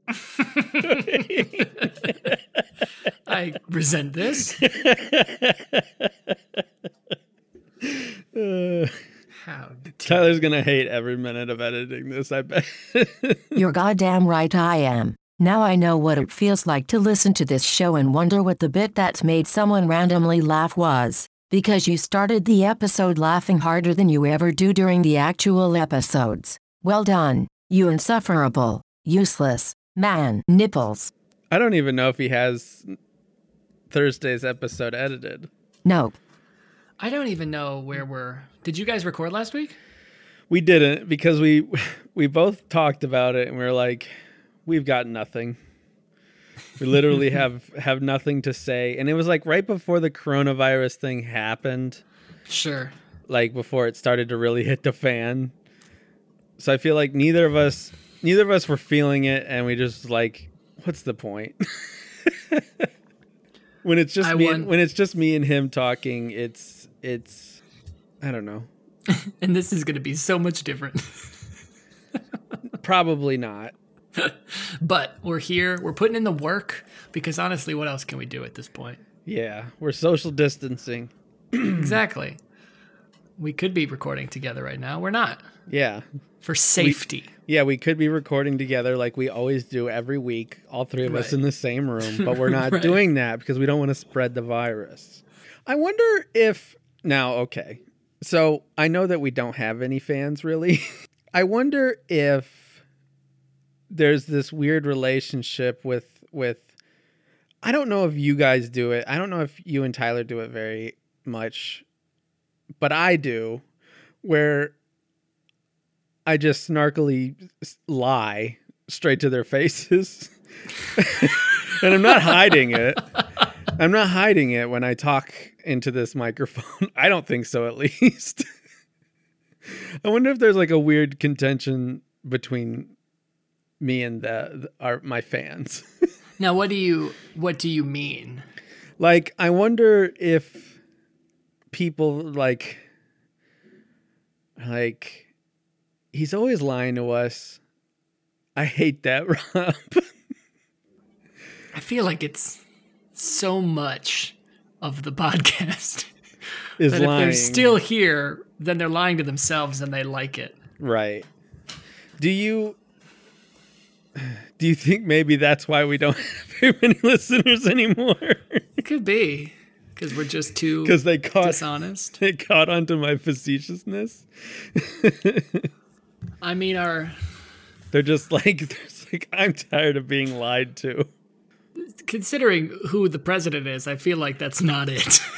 I resent this. How Tyler's gonna hate every minute of editing this. I bet. You're goddamn right I am. Now I know what it feels like to listen to this show and wonder what the bit that's made someone randomly laugh was, because you started the episode laughing harder than you ever do during the actual episodes. Well done, you insufferable, useless, man, nipples. I don't even know if he has Thursday's episode edited. Nope. I don't even know where we're. Did you guys record last week? We didn't because we we both talked about it and we were like, we've got nothing. We literally have have nothing to say. And it was like right before the coronavirus thing happened, Sure. like before it started to really hit the fan. So I feel like neither of us neither of us were feeling it and we just like, what's the point? when it's just I me want- when it's just me and him talking, it's it's I don't know. And this is going to be so much different. Probably not. But we're here. We're putting in the work because honestly, what else can we do at this point? Yeah, we're social distancing. Hmm. Exactly. We could be recording together right now. We're not Yeah. for safety. Yeah, we could be recording together like we always do every week, all three of us Right. in the same room, but we're not Right. doing that because we don't want to spread the virus. I wonder if now, okay. So I know that we don't have any fans really. I wonder if there's this weird relationship with with I don't know if you guys do it. I don't know if you and Tyler do it very much, but I do where I just snarkily s- lie straight to their faces. and I'm not hiding it. I'm not hiding it when I talk into this microphone. I don't think so, at least. I wonder if there's like a weird contention between me and the, the our, my fans. Now, what do you what do you mean? like i wonder if people like like he's always lying to us i hate that rob I feel like it's so much of the podcast is that if lying they're still here, then they're lying to themselves and they like it. right do you do you think maybe that's why we don't have very many listeners anymore It could be because we're just too because they caught dishonest. they caught onto my facetiousness I mean, our they're just like they're just like i'm tired of being lied to considering who the president is, I feel like that's not it.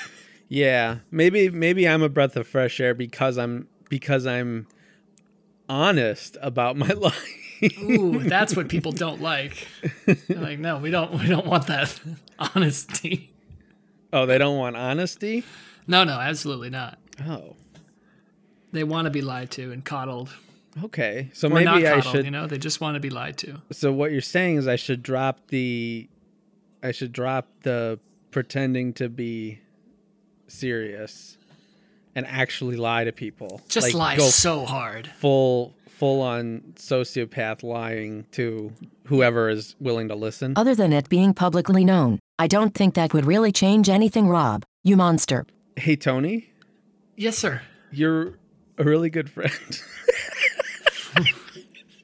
Yeah, maybe maybe I'm a breath of fresh air because I'm because I'm honest about my life. Ooh, that's what people don't like. They're like, no, we don't. We don't want that honesty. oh, they don't want honesty. No, no, absolutely not. Oh, They want to be lied to and coddled, okay. So or not maybe I coddled. should. You know, they just want to be lied to. So what you're saying is I should drop the, I should drop the pretending to be serious, and actually lie to people. Just lie go so hard. full full on sociopath lying to whoever is willing to Uh, listen. Other than it being publicly known, I don't think that would really change anything, Rob, you monster. hey Tony. Yes, sir. You're a really good friend.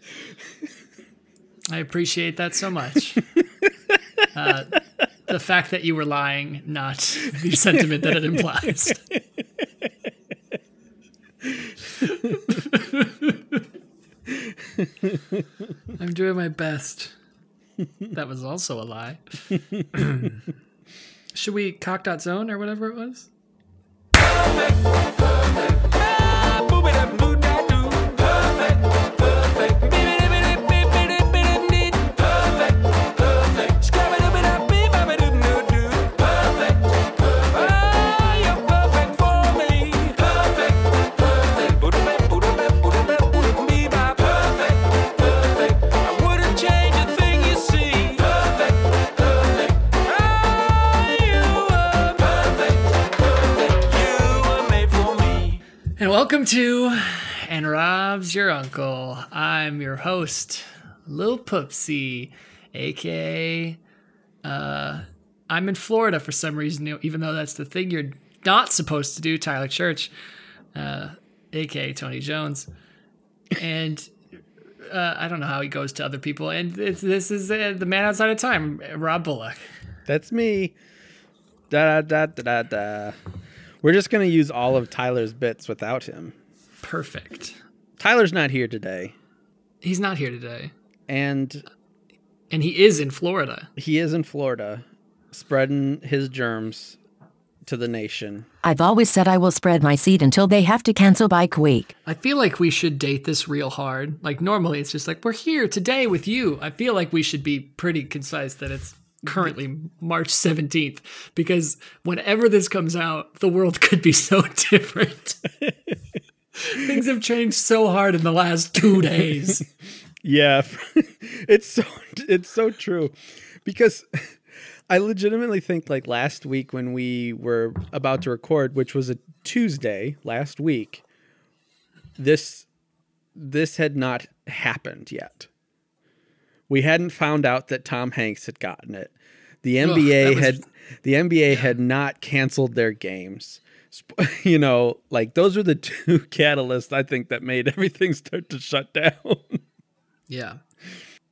I appreciate that so much. uh, the fact that you were lying, not the sentiment that it implies. I'm doing my best. That was also a lie. Should we cock dot zone or whatever it was? Change a thing you see. Perfect, perfect. Ah, you are perfect, perfect. You were made for me. And welcome to And Rob's Your Uncle. I'm your host, Lil Poopsie, aka uh, I'm in Florida for some reason, even though that's the thing you're not supposed to do, Tyler Church, uh, aka Tony Jones, and. Uh, I don't know how he goes to other people, and it's, this is uh, the man outside of time, Rob Bullock. That's me. Da da da da da. We're just gonna use all of Tyler's bits without him. Perfect. Tyler's not here today, He's not here today, and and he is in Florida. he is in Florida, spreading his germs to the nation. I've always said I will spread my seed until they have to cancel bike week. I feel like we should date this real hard. Like normally, it's just like we're here today with you. I feel like we should be pretty concise that it's currently March seventeenth because whenever this comes out, the world could be so different. Things have changed so hard in the last two days. Yeah, it's so it's so true, because I legitimately think like last week when we were about to record, which was a Tuesday last week, this this had not happened yet. We hadn't found out that Tom Hanks had gotten it. The NBA that was- had the NBA had not canceled their games. Sp- You know, like those were the two catalysts I think that made everything start to shut down. Yeah.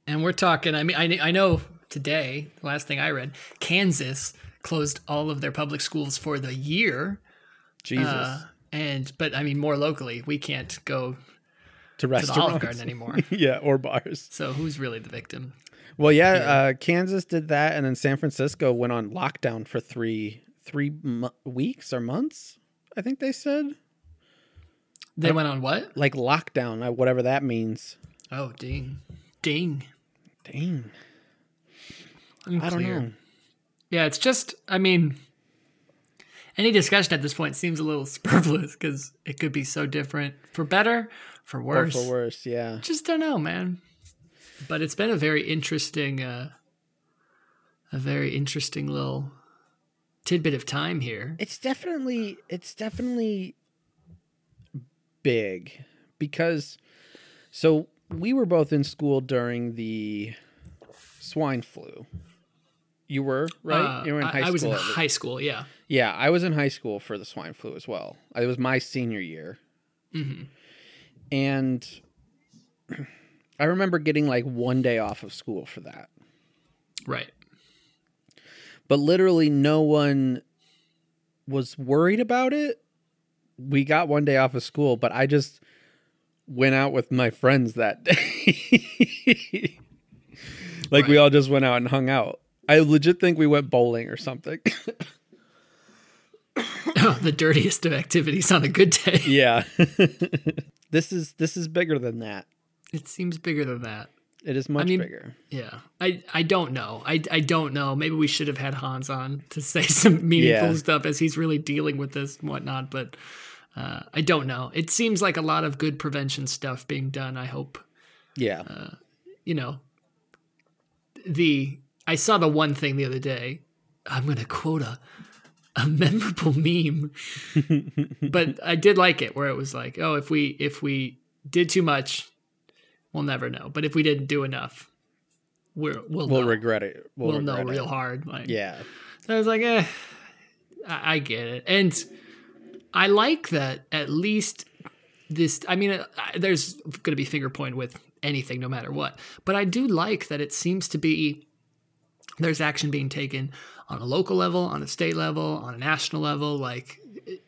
And we're talking, I mean, I, I know today, the last thing I read, Kansas closed all of their public schools for the year. Jesus. Uh, and, but I mean, more locally, we can't go to to the restaurants. Olive Garden anymore. yeah, or bars. So who's really the victim? Well, yeah, Uh, Kansas did that, and then San Francisco went on lockdown for three three mo- weeks or months. I think they said They went on what? like lockdown, uh, whatever that means. Oh, ding. Ding. Dang, Unclear. I don't know. Yeah, it's just, I mean, any discussion at this point seems a little superfluous because it could be so different for better, for Or worse. for worse, yeah. just don't know, man. But it's been a very interesting, uh, a very interesting little tidbit of time here. It's definitely it's definitely big because so we were both in school during the swine flu. You were right. Uh, you were in I- high school. I was in at least. high school. Yeah, Yeah, I was in high school for the swine flu as well. It was my senior year. And I remember getting like one day off of school for that. right. But literally no one was worried about it. We got one day off of school, but I just went out with my friends that day. like we Right. all just went out and hung out. I legit think we went bowling or something. the dirtiest of activities on a good day. yeah. this is this is bigger than that. It seems bigger than that. It is much mean- bigger. Yeah, I, I don't know. I, I don't know. Maybe we should have had Hans on to say some meaningful Yeah. stuff as he's really dealing with this and whatnot. But uh, I don't know. It seems like a lot of good prevention stuff being done. I hope Yeah. uh, you know, the I saw the one thing the other day. I'm gonna quote a a memorable meme, but I did like it where it was like, oh, if we if we did too much, we'll never know. But if we didn't do enough, we're, we'll we'll know. regret it. We'll, we'll know regret real it. hard. Like, Yeah. so I was like, eh, I, I get it. And I like that at least this, I mean, uh, I, there's going to be finger point with anything, no matter what. But I do like that it seems to be there's action being taken on a local level, on a state level, on a national level. Like, it-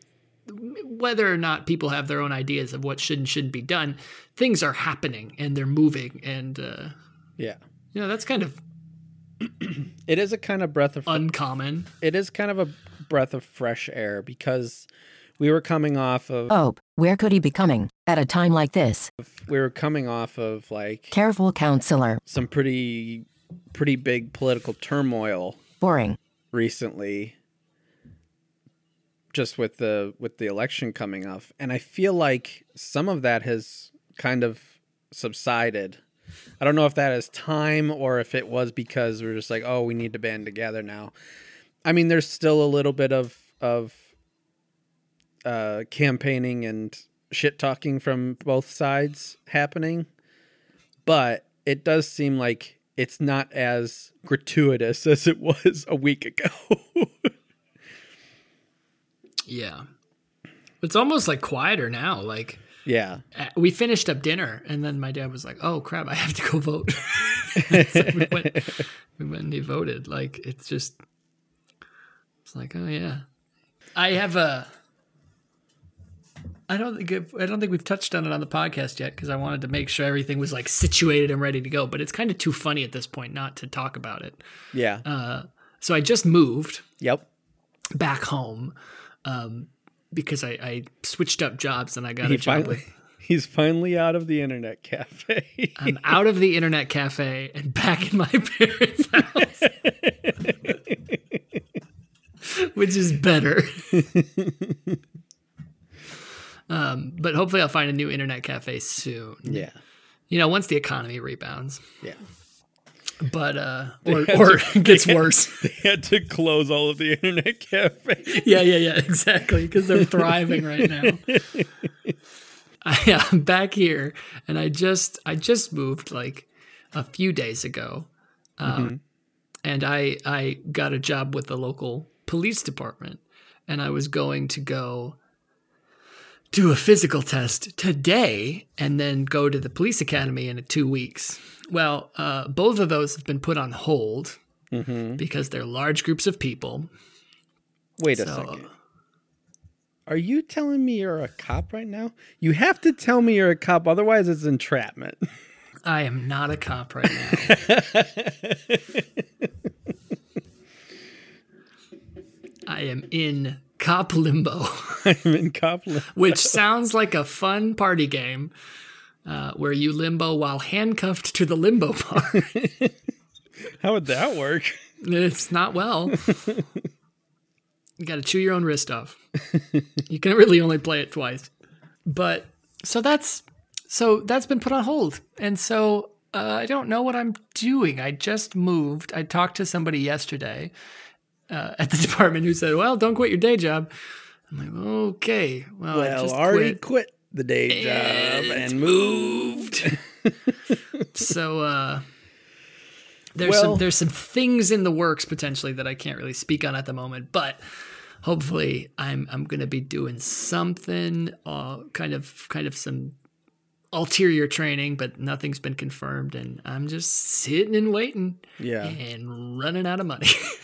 whether or not people have their own ideas of what should and shouldn't be done, things are happening and they're moving. And, uh, Yeah. you know, that's kind of It is a kind of breath of uncommon. it is kind of a breath of fresh air because we were coming off of Oh, where could he be coming at a time like this? we were coming off of like Careful counselor. some pretty pretty big political turmoil Boring. recently just with the with the election coming up and i feel like some of that has kind of subsided i don't know if that is time or if it was because we're just like oh we need to band together now i mean there's still a little bit of of uh campaigning and shit talking from both sides happening but it does seem like it's not as gratuitous as it was a week ago. Yeah. It's almost like quieter now. Like yeah. uh, we finished up dinner, and then my dad was like, "Oh crap, I have to go vote." So we went, we went and he voted. Like it's just, it's like, oh yeah, I have a. I don't think it, I don't think we've touched on it on the podcast yet because I wanted to make sure everything was like situated and ready to go. But it's kind of too funny at this point not to talk about it. Yeah. Uh, So I just moved yep. back home um, because I, I switched up jobs and I got He a job finally with. he's finally out of the internet cafe. I'm out of the internet cafe and back in my parents' house, which is better. um, but hopefully, I'll find a new internet cafe soon. yeah. You know, once the economy rebounds, Yeah. but uh, or, or gets worse. They had to close all of the internet cafe. yeah, yeah, yeah, exactly. Because they're thriving right now. I, uh, I'm back here, and I just I just moved like a few days ago, um, and I I got a job with the local police department, and I was going to go do a physical test today and then go to the police academy in two weeks. Well, uh, both of those have been put on hold because they're large groups of people. Wait a So- second. Are you telling me you're a cop right now? You have to tell me you're a cop, otherwise it's entrapment. I am not a cop right now. I am in cop limbo, I'm in cop. land. which sounds like a fun party game uh, where you limbo while handcuffed to the limbo bar. How would that work? it's not well. You got to chew your own wrist off. You can really only play it twice. But so that's so that's been put on hold, and so uh, I don't know what I'm doing. I just moved. I talked to somebody yesterday uh, at the department who said, "Well, don't quit your day job." I'm like, "Okay, well, I Well, just already quit." quit. the day job and moved. so uh there's Well- some there's some things in the works potentially that I can't really speak on at the moment, but hopefully I'm I'm gonna be doing something, uh, kind of kind of some ulterior training, but nothing's been confirmed, and I'm just sitting and waiting Yeah. and running out of money.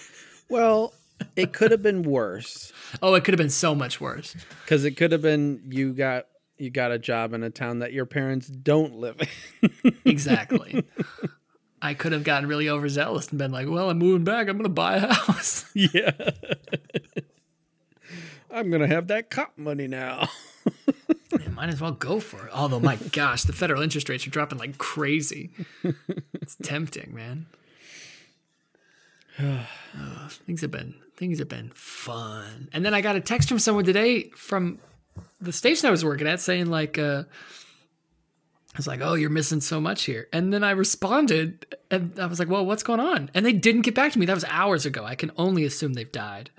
Well, it could have been worse oh, it could have been so much worse. because it could have been you got you got a job in a town that your parents don't live in. Exactly. I could have gotten really overzealous and been like, "Well, I'm moving back. I'm gonna buy a house." yeah. I'm gonna have that cop money now. Yeah, might as well go for it. Although, my gosh, the federal interest rates are dropping like crazy. It's tempting, man. Ugh, things have been things have been fun. And then I got a text from someone today from the station I was working at saying like, uh, I was like, "Oh, you're missing so much here." And then I responded, and I was like, "Well, what's going on?" And they didn't get back to me. That was hours ago. I can only assume they've died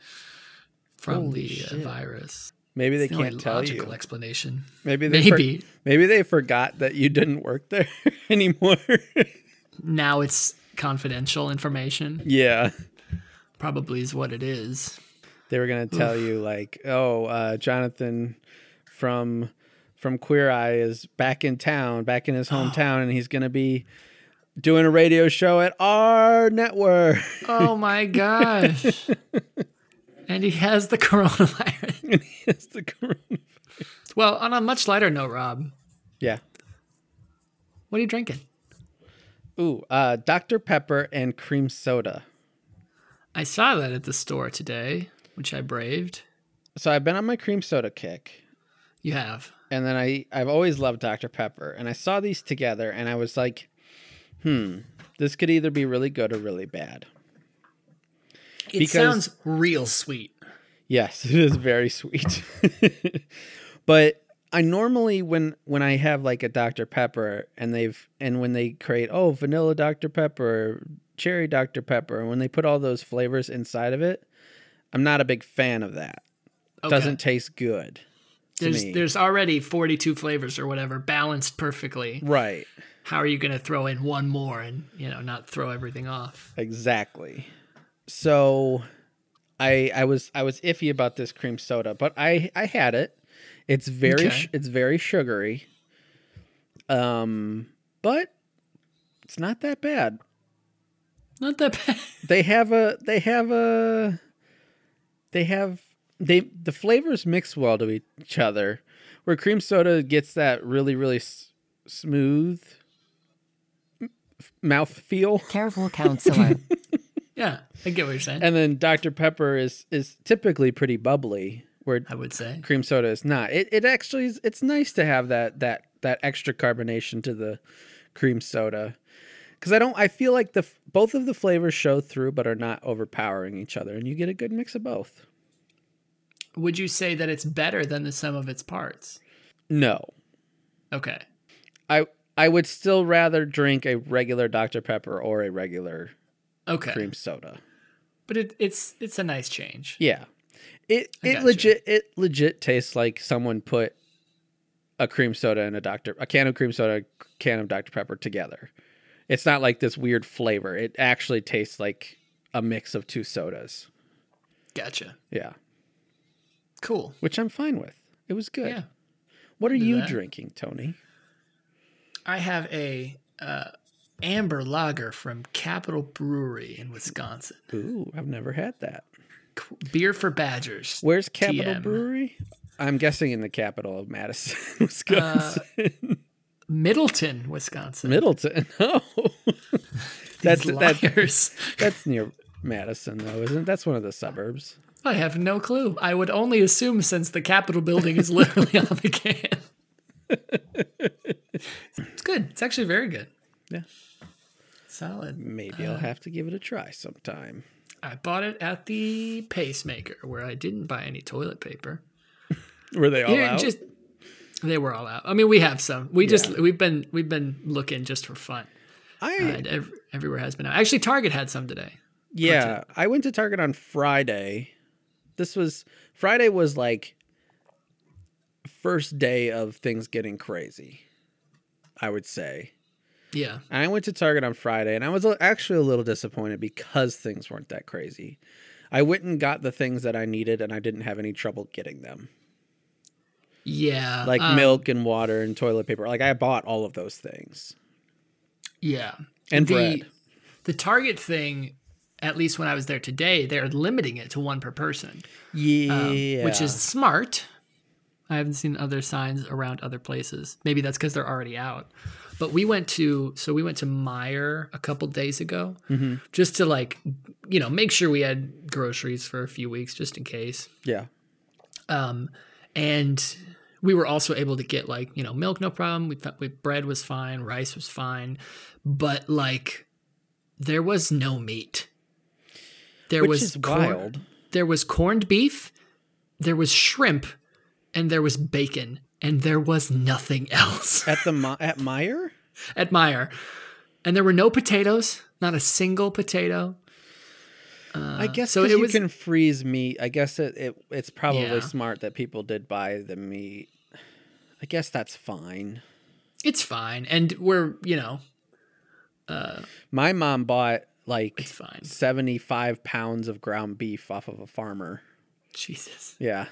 from the uh, virus. Maybe they The only can't tell logical you. explanation. Maybe they for- Maybe maybe they forgot that you didn't work there anymore. now it's confidential information yeah. probably is what it is They were gonna tell you like, oh, uh, Jonathan from from Queer Eye is back in town, back in his hometown, and he's gonna be doing a radio show at our network. oh my gosh and he has the coronavirus And he has to come- well on a much lighter note rob yeah. what are you drinking Ooh, uh, Dr. Pepper and cream soda. i saw that at the store today which i braved So I've been on my cream soda kick. you have and then I I've always loved Dr Pepper, and I saw these together, and I was like, hmm, this could either be really good or really bad. it Because- sounds real sweet Yes, it is very sweet, but I normally when when I have like a Dr Pepper, and they've and when they create oh vanilla Dr Pepper, cherry Dr Pepper, and when they put all those flavors inside of it, I'm not a big fan of that. okay. Doesn't taste good. there's me. there's already 42 flavors or whatever balanced perfectly Right. how are you going to throw in one more and you know not throw everything off? Exactly. So I I was I was iffy about this cream soda, but I I had it. It's very Okay. sh it's very sugary. Um but it's not that bad. Not that bad. They have a they have a they have they the flavors mix well to each other. Where cream soda gets that really really s- smooth m- mouth feel. Careful counselor. Yeah, I get what you're saying. And then Dr. Pepper is is typically pretty bubbly, where I would say. cream soda is not. It it actually is it's nice to have that that that extra carbonation to the cream soda. Cuz I don't I feel like the f- both of the flavors show through but are not overpowering each other and you get a good mix of both. Would you say that it's better than the sum of its parts? No. Okay. I I would still rather drink a regular Dr. Pepper or a regular Okay. cream soda. But it, it's it's a nice change. Yeah. It I it gotcha. legit it legit tastes like someone put a cream soda and a Dr. a can of cream soda, a can of Dr. Pepper together. It's not like this weird flavor. It actually tastes like a mix of two sodas. Gotcha. Yeah. Cool. Which I'm fine with. It was good. Yeah. What are you that. drinking, Tony? I have a uh, amber lager from Capital Brewery in Wisconsin. Ooh, I've never had that. Qu- Beer for Badgers. Where's Capital TM. Brewery? I'm guessing in the capital of Madison, Uh, Wisconsin. Middleton, Wisconsin. Middleton. Oh. that's These that, liars. That's near Madison, though, isn't it? That's one of the suburbs. I have no clue. I would only assume since the Capitol building is literally on the can. it's good. It's actually very good. Yeah. Solid. Maybe I'll have to give it a try sometime. I bought it at the pacemaker where I didn't buy any toilet paper. Were they all They out? just they were all out. I mean, we have some. We just Yeah. we've been we've been looking just for fun. I And ev- everywhere has been out. Actually, Target had some today. yeah. I went to Target on Friday. This was Friday was like first day of things getting crazy. I would say. Yeah. And I went to Target on Friday, and I was a- actually a little disappointed because things weren't that crazy. I went and got the things that I needed, and I didn't have any trouble getting them. Yeah. like um, milk and water and toilet paper. Like I bought all of those things Yeah. and the, bread. The Target thing, at least when I was there today, they're limiting it to one per person, Yeah, which is smart. I haven't seen other signs around other places. Maybe that's because they're already out. But we went to so we went to Meyer a couple days ago just to like you know make sure we had groceries for a few weeks just in case. yeah, and we were also able to get like you know milk no problem we thought we, bread was fine rice was fine but like there was no meat there Which was is wild. there was corned beef there was shrimp and there was bacon and there was nothing else at the Mi- at Meyer. at Meyer and there were no potatoes not a single potato I guess Uh, so so. it you was- can freeze meat. I guess it, it it's probably Yeah. smart that people did buy the meat. I guess that's fine. it's fine and we're you know uh, My mom bought like it's fine seventy five pounds of ground beef off of a farmer. jesus Yeah,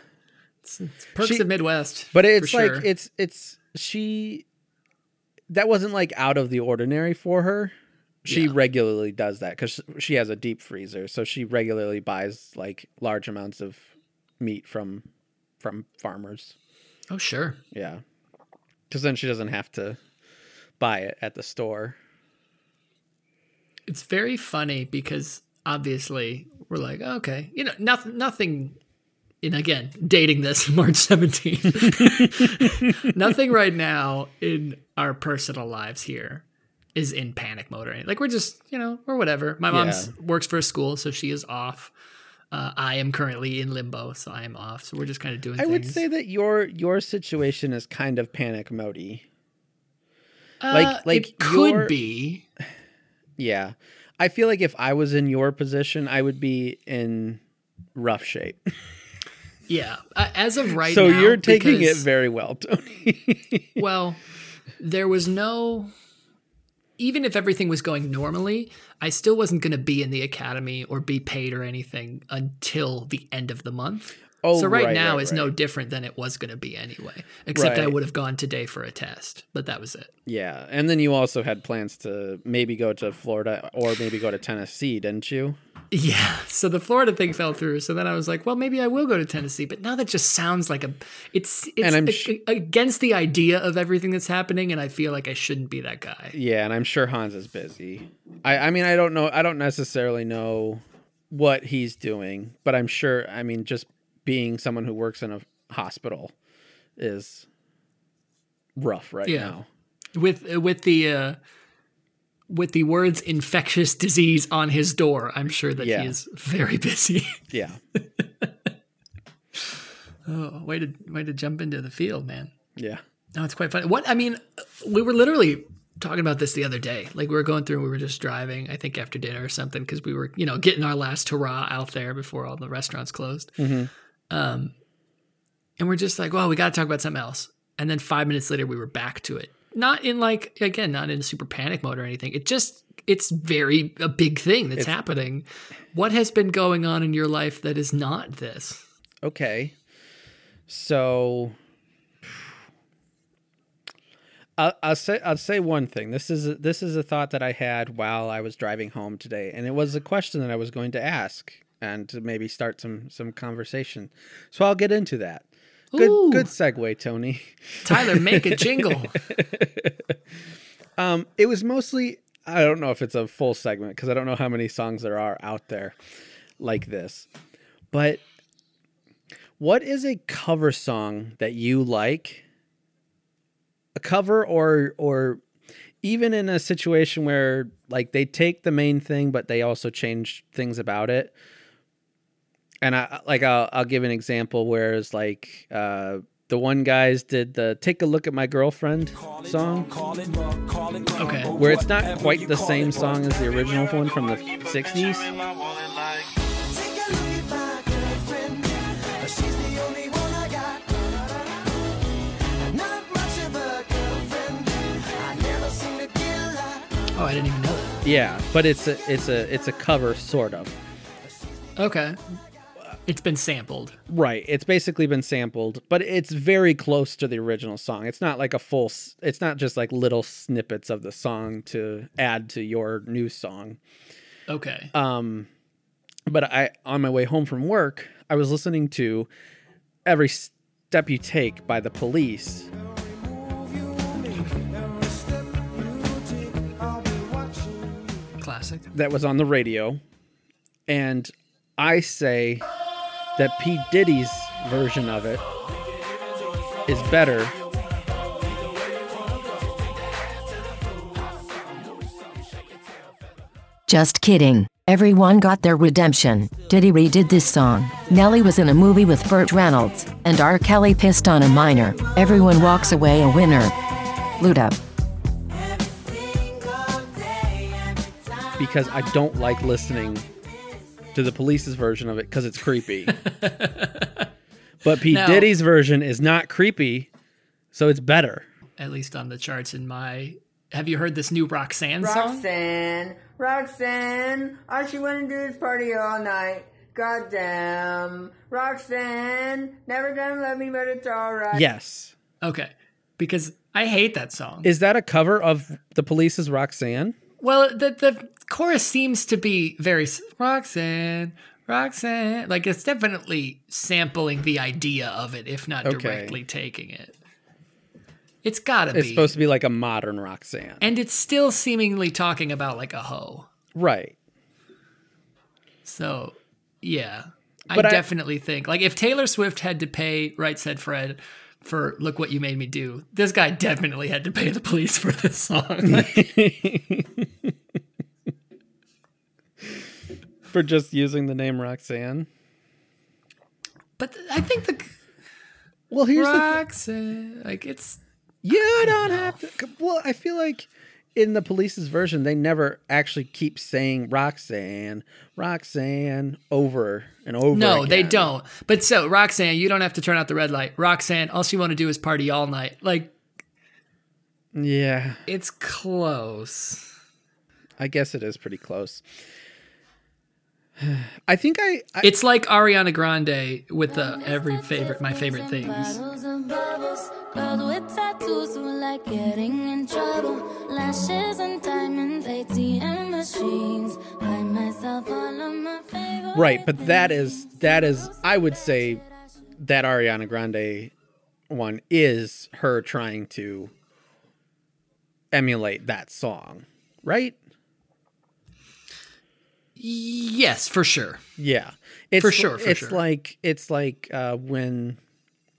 it's, it's perks She- of midwest But for it's like sure. it's it's she that wasn't like out of the ordinary for her. She Yeah. regularly does that cuz she has a deep freezer, so she regularly buys like large amounts of meat from from farmers. oh sure Yeah. Cuz then she doesn't have to buy it at the store. it's very funny because obviously we're like "Oh, okay you know nothing nothing and again dating this march 17th nothing right now in our personal lives here is in panic mode or anything like we're just you know or whatever my mom's works for a school so she is off uh, i am currently in limbo so i am off so we're just kind of doing I things would say that your your situation is kind of panic modey. Uh, like- like it could your- be Yeah. I feel like if I was in your position, I would be in rough shape. yeah uh, as of right so now you're taking it because- very well, Tony. well there was no even if everything was going normally, I still wasn't going to be in the academy or be paid or anything until the end of the month. Oh, so right, right, now right, is no right. different than it was going to be anyway. Except I Right. would have gone today for a test, but that was it. Yeah, and then you also had plans to maybe go to Florida or maybe go to Tennessee, didn't you? Yeah. So the Florida thing fell through. So then I was like, well, maybe I will go to Tennessee. But now that just sounds like a it's it's And I'm a- sh- against the idea of everything that's happening, and I feel like I shouldn't be that guy. Yeah, and I'm sure Hans is busy. I, I mean, I don't know. I don't necessarily know what he's doing, but I'm sure. I mean, just being someone who works in a hospital is rough right Yeah. now. With with the uh with the words infectious disease on his door, I'm sure that Yeah. he is very busy. Yeah, oh, way to way to jump into the field, man. yeah, No, it's quite funny. What I mean, we were literally talking about this the other day. Like we were going through, and we were just driving. I think after dinner or something, because we were, you know, getting our last hurrah out there before all the restaurants closed. Um, and we're just like, well, we got to talk about something else. And then five minutes later, we were back to it. Not in like again, not in super panic mode or anything. It just it's very a big thing that's happening. What has been going on in your life that is not this? okay. So, I'll, I'll say I'll say one thing. This is a, this is a thought that I had while I was driving home today, and it was a question that I was going to ask and to maybe start some some conversation. So I'll get into that. Good Ooh. good segue, Tony. Tyler, make a jingle. Um, it was mostly I don't know if it's a full segment because I don't know how many songs there are out there like this, but what is a cover song that you like? A cover or or even in a situation where like they take the main thing but they also change things about it. And I like I'll I'll give an example where it's like uh the one guys did the take a look at my girlfriend song Okay. where it's not quite the same song as the original one from the 60s. Oh, I didn't even know that. Yeah, but it's a it's a it's a cover sort of. Okay. It's been sampled. Right, it's basically been sampled, but it's very close to the original song. It's not like a full s- it's not just like little snippets of the song to add to your new song. Okay. Um, but I on my way home from work, I was listening to "Every Step You Take" by the Police. Classic. That was on the radio, and I say that P Diddy's version of it is better. Just kidding. Everyone got their redemption. Diddy redid this song. Nelly was in a movie with Burt Reynolds, and R. Kelly pissed on a minor. Everyone walks away a winner. Loot up. because I don't like listening to the police's version of it because it's creepy. but P. Now- Diddy's version is not creepy, so it's better. At least on the charts in my. Have you heard this new Roxanne, song? Roxanne, Roxanne, all she wanna do is party all night. Goddamn, Roxanne, never gonna love me, but it's alright. Yes. Okay. Because I hate that song. Is that a cover of the police's Roxanne? well, the, the chorus seems to be very s- Roxanne, Roxanne. Like it's definitely sampling the idea of it, if not Okay. directly taking it. It's gotta It's be. supposed to be like a modern Roxanne. and it's still seemingly talking about like a hoe. right. So, yeah, But I I- definitely think like if Taylor Swift had to pay Right Said Fred for "Look What You Made Me Do," this guy definitely had to pay the police for this song. Like, For just using the name Roxanne. but th- I think the Well, here's the thing. Roxanne, like it's You don't have to. Well, I feel like in the police's version, they never actually keep saying Roxanne, Roxanne over and over. no, they again. don't. But so Roxanne, you don't have to turn out the red light. Roxanne, all she want to do is party all night. Like Yeah, It's close. I guess it is pretty close. I think I, I It's like Ariana Grande with the every favorite my favorite things. Bottles and bubbles, girls with tattoos who like getting in trouble. Lashes and diamonds, ATM machines. Buy myself all of my favorite right, but that is that is I would say that Ariana Grande one is her trying to emulate that song, right? Yes, for sure. Yeah, it's, For sure, for it's sure. like it's like uh, when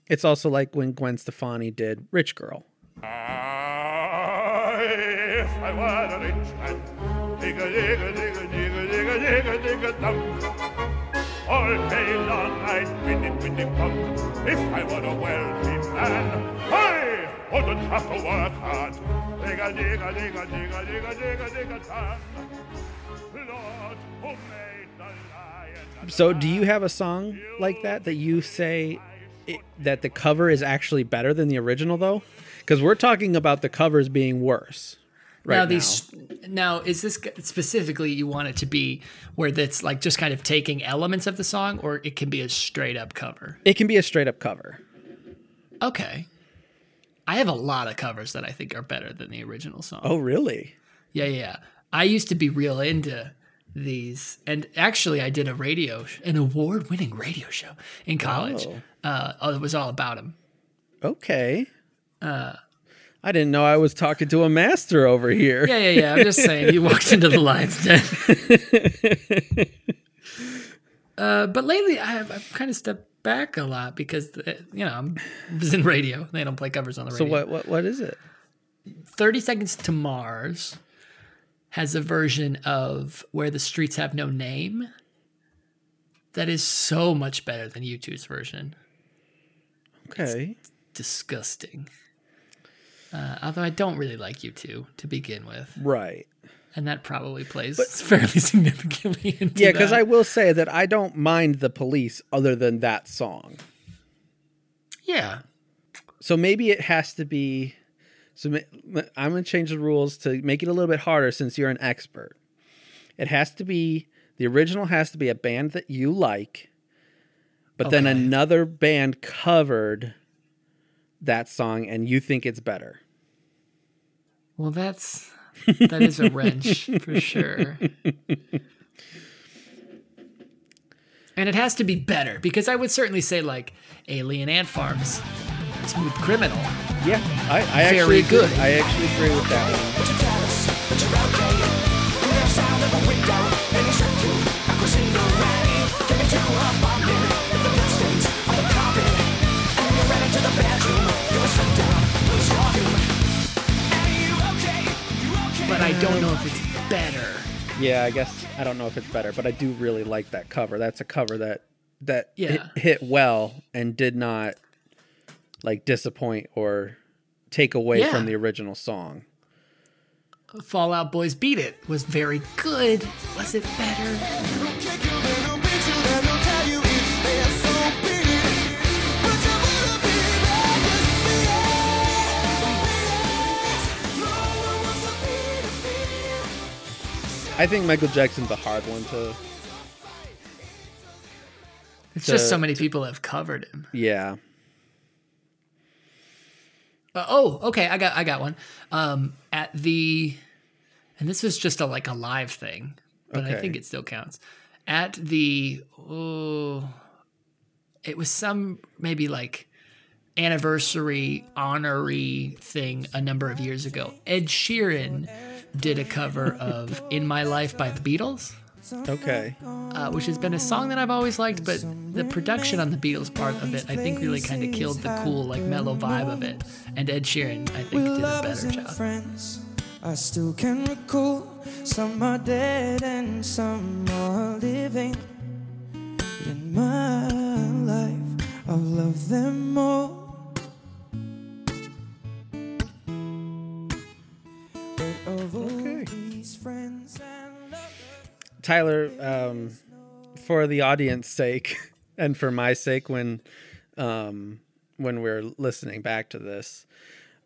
it's also like when Gwen Stefani did "Rich Girl." I, if I were a rich man, digga digga digga digga digga digga digga dum. All day long I'd winny winny pump. If I were a wealthy man, I wouldn't have to work hard. Digga digga digga digga digga digga digga dum. Lord, who made the lion? and So, do you have a song like that that you say it, that the cover is actually better than the original, though? Because we're talking about the covers being worse right now. now these now is this g- specifically you want it to be where that's like just kind of taking elements of the song or it can be a straight up cover. it can be a straight up cover. Okay. I have a lot of covers that I think are better than the original song. Oh, really? Yeah, yeah, yeah. I used to be real into these, and actually, I did a radio, sh- an award-winning radio show in college. Uh, oh, it was all about him. Okay. Uh. I didn't know I was talking to a master over here. Yeah, yeah, yeah. I'm just saying, you walked into the lion's den. uh, but lately, I have, I've kind of stepped back a lot because uh, you know I'm I was in radio. They don't play covers on the So radio. what? What? What is it? Thirty Seconds to Mars has a version of Where the Streets Have No Name that is so much better than U2's version. Okay. Disgusting. Uh, although I don't really like U2 to begin with, Right. and that probably plays fairly significantly into Yeah, because that. I will say that I don't mind the police other than that song. yeah So maybe it has to be. So ma- I'm going to change the rules to make it a little bit harder since you're an expert. It has to be the original has to be a band that you like, but then Okay. another band covered that song and you think it's better. Well, that's that is a wrench for sure. And it has to be better because I would certainly say like Alien Ant Farms, Smooth Criminal. Yeah, I, I Very actually agree- good. I actually agree with that one. But I don't know if it's better. Yeah, I guess I don't know if it's better, but I do really like that cover. That's a cover that that hit, Yeah. hit well and did not like disappoint or take away Yeah. from the original song. Fallout Boys Beat It was very good. Was it better? I think Michael Jackson's a hard one to It's just The- so many people have covered him. yeah. Uh, oh, okay. I got I got one. Um, at the, and this was just a like a live thing, but I Okay. think it still counts. At the oh, it was some maybe like anniversary honorary thing a number of years ago. Ed Sheeran did a cover of "In My Life" by the Beatles Okay. uh, which has been a song that I've always liked, but the production on the Beatles part of it, I think, really kind of killed the cool, like mellow vibe of it. And Ed Sheeran, I think, did a better job. friends. I still can recall some are dead and some are living. But in my life, I've loved them all. But of all these friends and Tyler, um, for the audience's sake and for my sake, when um, when we're listening back to this,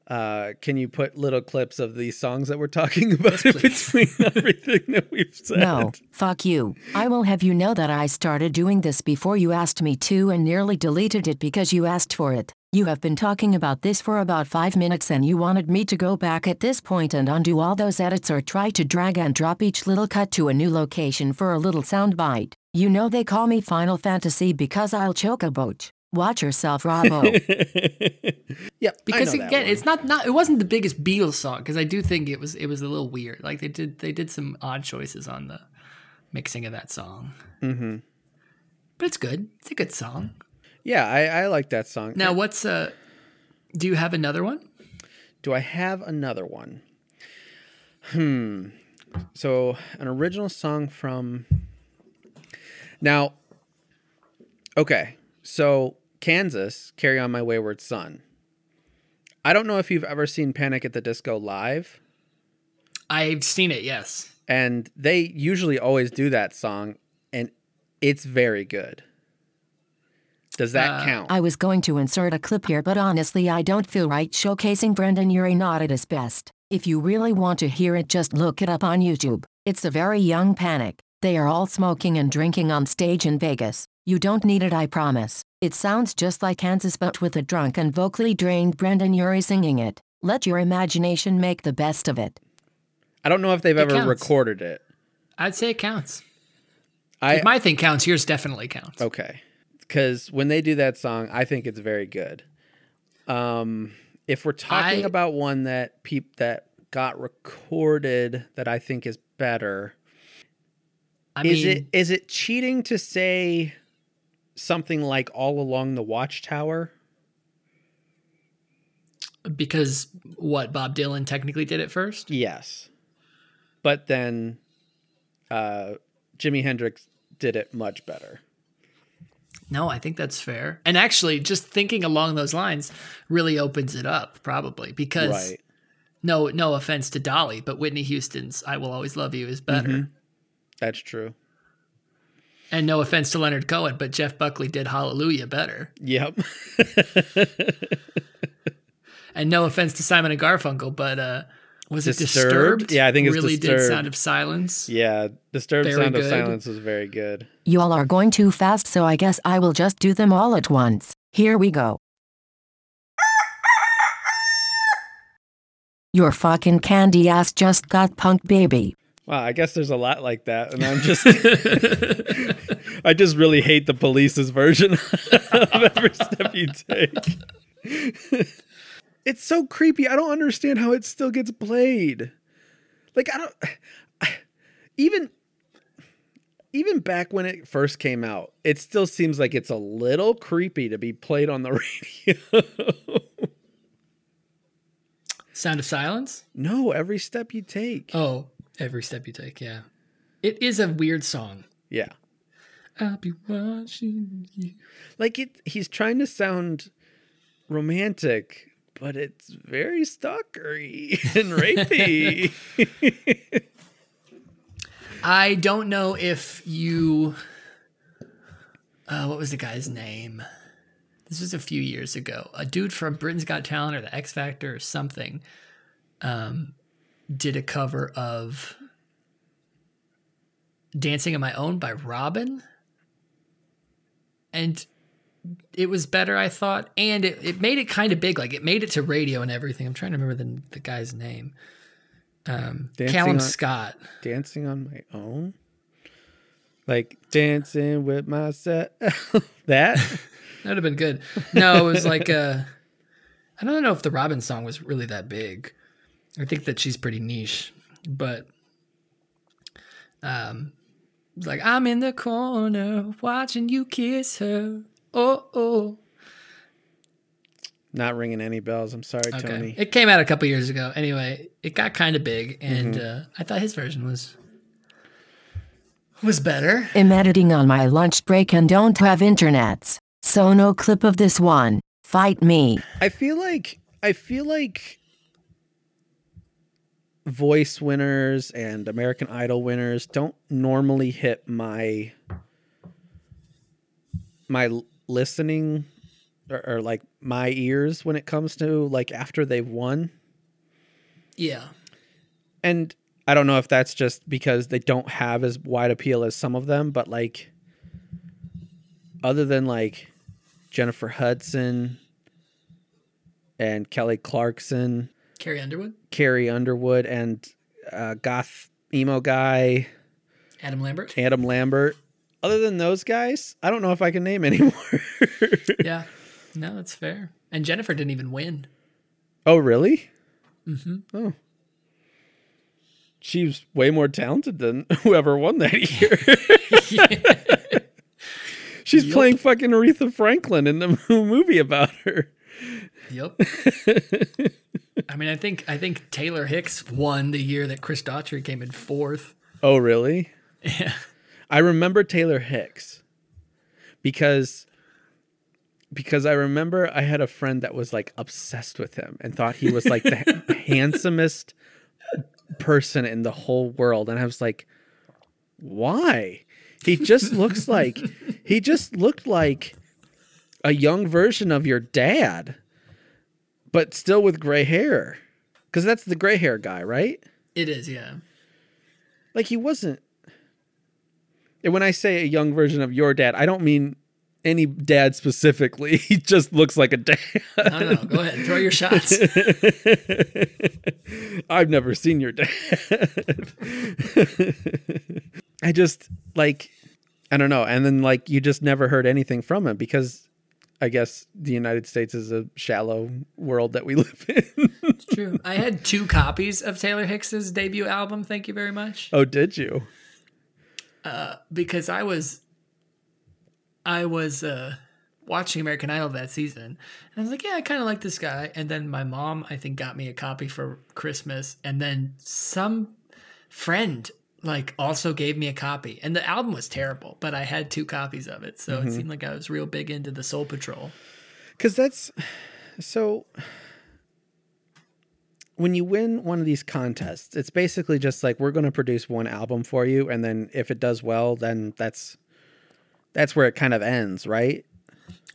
uh, can you put little clips of these songs that we're talking about in between everything that we've said? No, fuck you. I will have you know that I started doing this before you asked me to and nearly deleted it because you asked for it. You have been talking about this for about five minutes and you wanted me to go back at this point and undo all those edits or try to drag and drop each little cut to a new location for a little soundbite. You know they call me Final Fantasy because I'll choke a boat. Watch yourself, Robbo. Yep. I because know that again one. it's not not it wasn't the biggest beatles song because i do think it was it was a little weird like they did they did some odd choices on the mixing of that song mm-hmm. but it's good it's a good song yeah, I, I like that song. now what's uh do you have another one Do I have another one? Hmm. So, an original song from. Now, okay. So, Kansas, Carry On My Wayward Son. I don't know if you've ever seen Panic at the Disco live, i've seen it yes and they usually always do that song, and it's very good. Does that count? I was going to insert a clip here, but honestly, I don't feel right showcasing Brendan Urie not at his best. If you really want to hear it, just look it up on YouTube. It's a very young panic. They are all smoking and drinking on stage in Vegas. You don't need it, I promise. It sounds just like Kansas, but with a drunk and vocally drained Brendan Urie singing it. Let your imagination make the best of it. I don't know if they've ever counts. recorded it. i'd say it counts I Oh, if my thing counts yours definitely counts Okay. Because when they do that song, I think it's very good. Um, if we're talking I- about one that peep that got recorded that I think is better, i is mean it is it cheating to say something like "All Along the Watchtower"? because what bob dylan technically did it first Yes, but then uh, Jimi Hendrix did it much better. no i think that's fair and actually just thinking along those lines really opens it up probably because Right. no no offense to Dolly, but Whitney Houston's I Will Always Love You is better. Mm-hmm. That's true. And no offense to Leonard Cohen, but Jeff Buckley did Hallelujah better. Yep. And no offense to Simon and Garfunkel, but uh was Disturbed? it disturbed? Yeah, I think it's really did Disturbed. Sound of Silence. yeah. Disturbed Very Sound of good. Silence was very good. You all are going too fast, so I guess I will just do them all at once. Here we go. Your fucking candy ass just got punked, baby. Wow, I guess there's a lot like that, and I'm just, I just really hate the police's version of every step you take. it's so creepy. I don't understand how it still gets played. Like I don't, even, even back when it first came out, it still seems like it's a little creepy to be played on the radio. Sound of Silence? no, every step you take. Oh, every step you take, yeah. It is a weird song. Yeah. I'll be watching you. like it he's trying to sound romantic but it's very stalkery and rapey I don't know if you. Uh, what was the guy's name? This was a few years ago. A dude from Britain's Got Talent or the X Factor or something um, did a cover of Dancing on My Own by Robin. And it was better, I thought. And it, it made it kind of big. Like it made it to radio and everything. I'm trying to remember the, the guy's name. Um, dancing Callum on, Scott. dancing on my own like dancing with myself that That would have been good. No, it was like uh I don't know if the Robin song was really that big. I think that she's pretty niche, but um it's like I'm in the corner watching you kiss her. Oh oh. not ringing any bells i'm sorry Okay. tony It came out a couple years ago. Anyway, it got kind of big and uh, I thought his version was was better. am editing on my lunch break and don't have internets. So no clip of this one. Fight me. i feel like i feel like voice winners and american idol winners don't normally hit my my l- listening or, or like my ears when it comes to like after they've won. Yeah. and I don't know if that's just because they don't have as wide appeal as some of them, but like other than like Jennifer Hudson and Kelly Clarkson, Carrie Underwood, Carrie Underwood and uh, goth emo guy Adam Lambert. Adam Lambert, other than those guys, I don't know if I can name anymore. yeah. No, that's fair. And Jennifer didn't even win. oh, really? Mm-hmm. Oh. She was way more talented than whoever won that year. She's playing fucking Aretha Franklin in the movie about her. Yep. I mean, I think I think Taylor Hicks won the year that Chris Daughtry came in fourth. Oh, really? Yeah. I remember Taylor Hicks because because I remember I had a friend that was like obsessed with him and thought he was like the handsomest person in the whole world and I was like why? He just looks like he just looked like a young version of your dad but still with gray hair. Cuz that's the gray hair guy, right? It is, yeah. like he wasn't and when i say a young version of your dad i don't mean any dad specifically he just looks like a dad I don't know. Go ahead, throw your shots. i've never seen your dad i just like i don't know and then like you just never heard anything from him because i guess the united states is a shallow world that we live in True. I had two copies of Taylor Hicks's debut album. Thank you very much. oh did you Because I was, I was uh, watching American Idol that season, and I was like, yeah, I kind of like this guy. And then my mom, I think, got me a copy for Christmas, and then some friend like also gave me a copy. And the album was terrible, but I had two copies of it, so it seemed like I was real big into the Soul Patrol. Because that's so. When you win one of these contests, it's basically just like we're going to produce one album for you, and then if it does well, then that's that's where it kind of ends, right?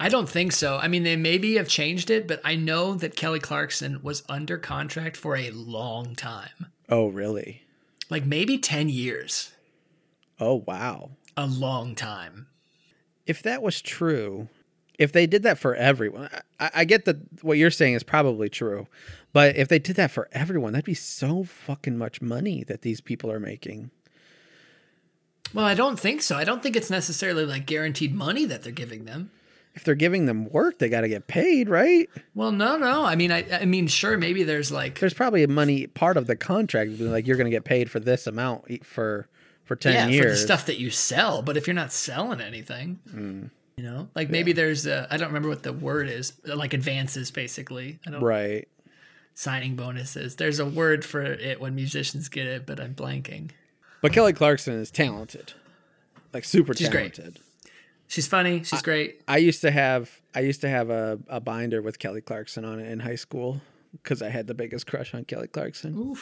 I don't think so. I mean, they maybe have changed it, but I know that Kelly Clarkson was under contract for a long time. Oh, really? Like maybe 10 years. Oh, wow. A long time. If that was true, if they did that for everyone, I, I get that what you're saying is probably true, but if they did that for everyone, that'd be so fucking much money that these people are making. Well, I don't think so. I don't think it's necessarily like guaranteed money that they're giving them. If they're giving them work, they got to get paid, right? Well, no, no. I mean, I, I mean, sure, maybe there's like, there's probably a money part of the contract like you're going to get paid for this amount e- for for 10 yeah, for the years stuff that you sell, but if you're not selling anything, you know, like maybe there's, I I don't remember what the word is, like advances basically. I don't, right Signing bonuses. There's a word for it when musicians get it, but I'm blanking. but kelly clarkson is talented like super She's great. talented She's funny. She's great. i used to have i used to have a, a binder with kelly clarkson on it in high school because i had the biggest crush on kelly clarkson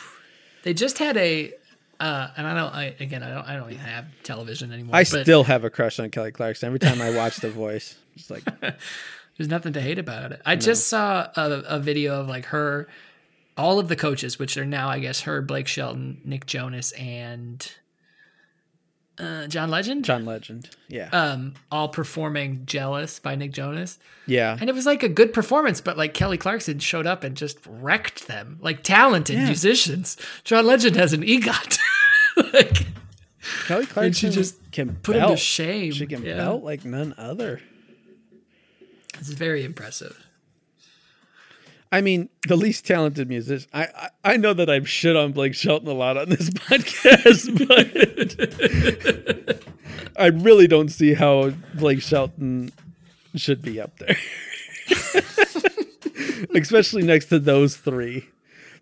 They just had a, uh, and I don't. I, again, I don't. I don't even have television anymore. i but still have a crush on kelly clarkson every time i watch the voice it's like There's nothing to hate about it. I just saw a, a video of like her, all of the coaches, which are now I guess her, Blake Shelton, Nick Jonas, and uh, John Legend, john legend yeah um, all performing "Jealous" by Nick Jonas. yeah And it was like a good performance, but like Kelly Clarkson showed up and just wrecked them. Like talented musicians. John Legend has an EGOT. like kelly clarkson she just can put him to belt. shame. she can Yeah. belt like none other it's very impressive. I mean, the least talented musician. I, I I know that I've shit on Blake Shelton a lot on this podcast, but I really don't see how Blake Shelton should be up there, especially next to those three.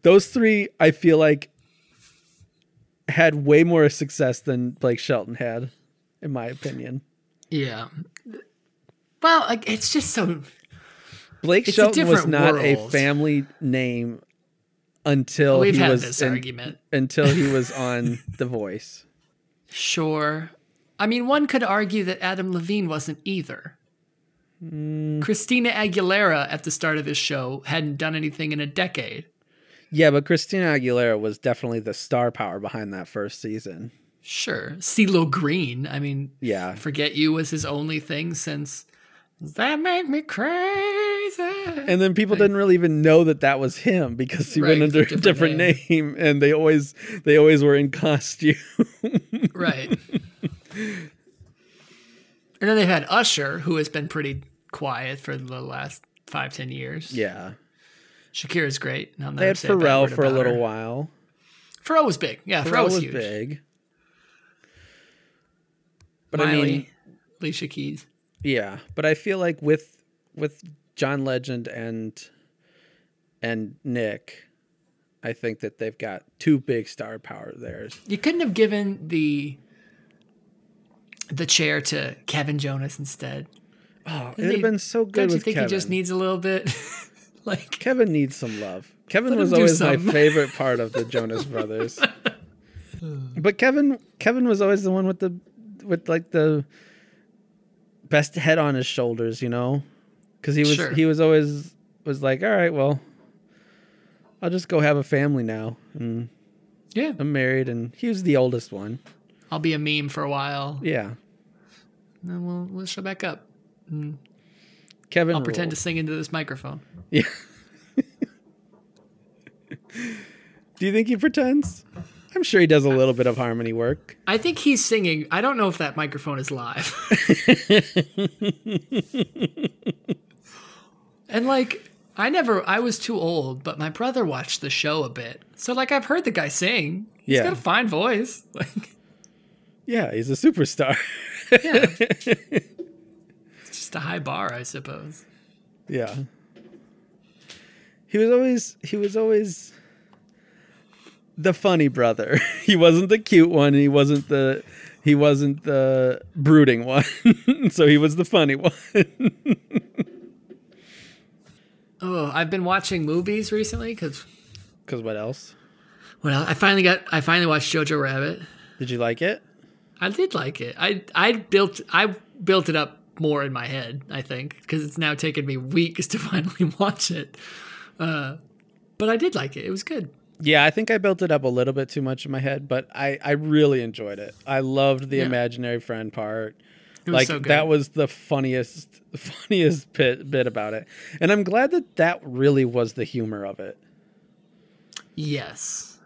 Those three, I feel like, had way more success than Blake Shelton had, in my opinion. Yeah. Well, like it's just so Blake It's a Shelton was different not a world. family name until we've he had was this in- argument. until he was on The Voice. Sure. I mean, one could argue that Adam Levine wasn't either. Hmm. Christina Aguilera at the start of this show hadn't done anything in a decade. Yeah, but Christina Aguilera was definitely the star power behind that first season. Sure. CeeLo Green. I mean, Yeah. Forget You was his only thing since Does That Make Me Crazy. And then people didn't really even know that that was him because he Right, went under a different different, name. and they always they always were in costume. Right. and then they've had Usher, who has been pretty quiet for the last five, ten years. yeah. Shakira's great. and I'll They never had say a bad Pharrell word for a about little her. while. Pharrell was big. Yeah, Pharrell, Pharrell was, was huge. big. But But Miley, I mean, Alicia Keys. yeah, but I feel like with with John Legend and and Nick, I think that they've got two big star power there. You couldn't have given the the chair to Kevin Jonas instead. Oh, it'd have been so good Don't you with think Kevin. he just needs a little bit? like, Kevin needs some love. Kevin Let was him do always my some. favorite part of the Jonas Brothers. But Kevin Kevin was always the one with the with like the best head on his shoulders, you know? Cuz he was Sure. he was always was like, "All right, well, I'll just go have a family now. And yeah, I'm married and he was the oldest one." I'll be a meme for a while, Yeah. and then we'll we'll show back up. Kevin I'll pretend to ruled. sing into this microphone. Yeah. Do you think he pretends? I'm sure he does a little bit of harmony work. I think he's singing. I don't know if that microphone is live. and like, I never, I was too old, but my brother watched the show a bit. So, like, I've heard the guy sing. He's Yeah. got a fine voice. Like, Yeah, he's a superstar. yeah. it's just a high bar, I suppose. yeah. He was always he was always the funny brother. he wasn't the cute one, he wasn't the he wasn't the brooding one. so he was the funny one. Oh, I've been watching movies recently because, Cuz what else? well, I finally got, I finally watched Jojo Rabbit. Did you like it? I did like it. I I built I built it up more in my head. I think because it's now taken me weeks to finally watch it. Uh, but I did like it. It was good. Yeah, I think I built it up a little bit too much in my head, but I I really enjoyed it. I loved the Yeah. imaginary friend part. was like so good. that was the funniest funniest bit, bit about it. And I'm glad that that really was the humor of it Yes.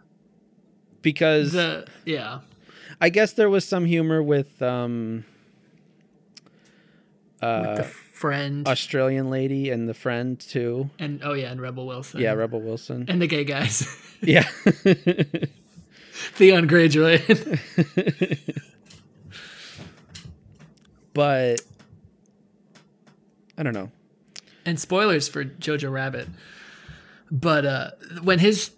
because The yeah. I guess there was some humor with um Uh, the friend Australian lady and the friend too. and oh yeah and Rebel Wilson. Yeah, Rebel Wilson. and the gay guys. Yeah. Theon Greyjoy. but I don't know. and spoilers for Jojo Rabbit. But uh when his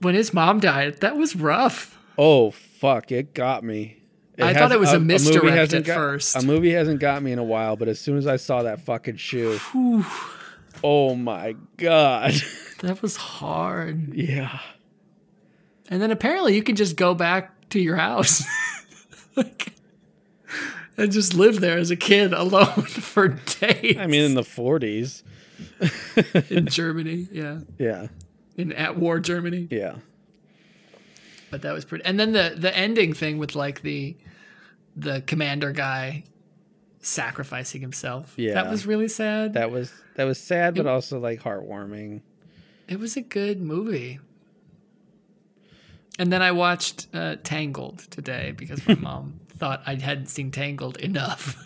when his mom died, that was rough. Oh fuck! It got me. I thought hasn't- it was a movie misdirect hasn't at got- first. A movie hasn't got me in a while, but as soon as I saw that fucking shoe, oh my god! That was hard. yeah, And then apparently you can just go back to your house. like, and just live there as a kid alone for days. I mean in the forties. in Germany, yeah, Yeah, in at war Germany. yeah, But that was pretty. And then the the ending thing with like the the commander guy sacrificing himself. Yeah. that was really sad. that was that was sad, but also like heartwarming. it was a good movie. And then I watched uh, Tangled today because my mom thought I hadn't seen Tangled enough.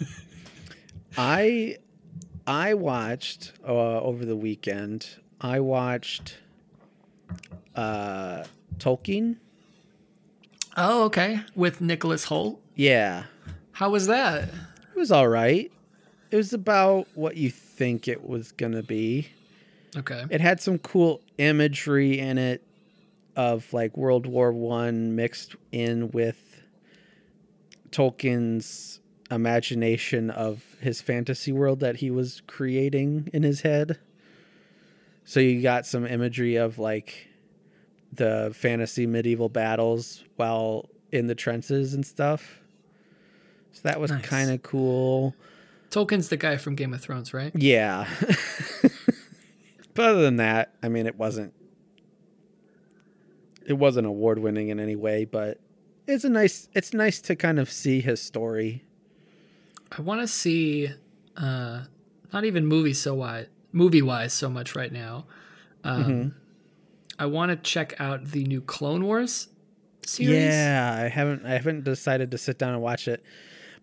I I watched uh, over the weekend. I watched uh Tolkien. Oh, okay. With Nicholas Holt. Yeah, How was that? It was all right. It was about what you think it was going to be. Okay. It had some cool imagery in it of like World War 1 mixed in with Tolkien's imagination of his fantasy world that he was creating in his head. So you got some imagery of like the fantasy medieval battles while in the trenches and stuff. So that was Nice. kind of cool. Tolkien's the guy from Game of Thrones, right? Yeah. but other than that, I mean, it wasn't. It wasn't award winning in any way, but it's a nice. It's nice to kind of see his story. I want to see, uh, not even movie so wise, movie wise so much right now. Um, I want to check out the new Clone Wars series. Yeah, I haven't. I haven't decided to sit down and watch it,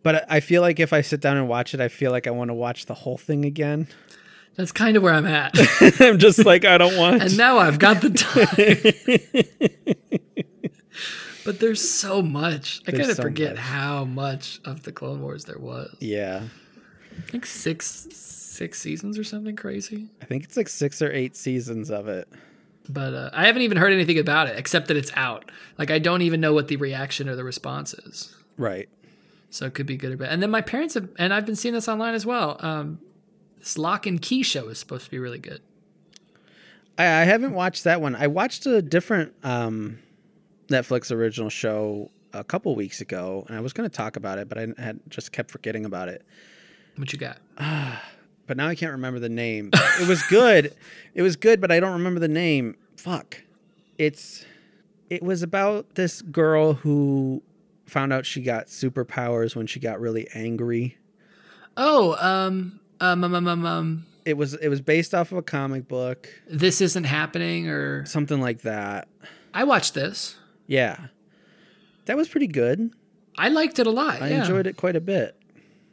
but I I feel like if I sit down and watch it, I feel like I want to watch the whole thing again. that's kind of where I'm at. I'm just like I don't want. and now I've got the time. but there's so much. I There's kind of so forget much. how much of the Clone Wars there was. yeah, I think six six seasons or something crazy. I think it's like six or eight seasons of it. But uh, I haven't even heard anything about it except that it's out. Like I don't even know what the reaction or the response is. Right. So it could be good or bad. And then my parents have, and I've been seeing this online as well. Um, this lock and key show is supposed to be really good. I, I haven't watched that one. I watched a different um, Netflix original show a couple weeks ago, and I was going to talk about it, but I had just kept forgetting about it. What you got? But now I can't remember the name. it was good. It was good, but I don't remember the name. Fuck. It's. It was about this girl who found out she got superpowers when she got really angry. Oh, um, um, um, um, um, um, It was it was based off of a comic book, this isn't happening, or something like that. I watched this. Yeah. That was pretty good. I liked it a lot. I yeah. enjoyed it quite a bit.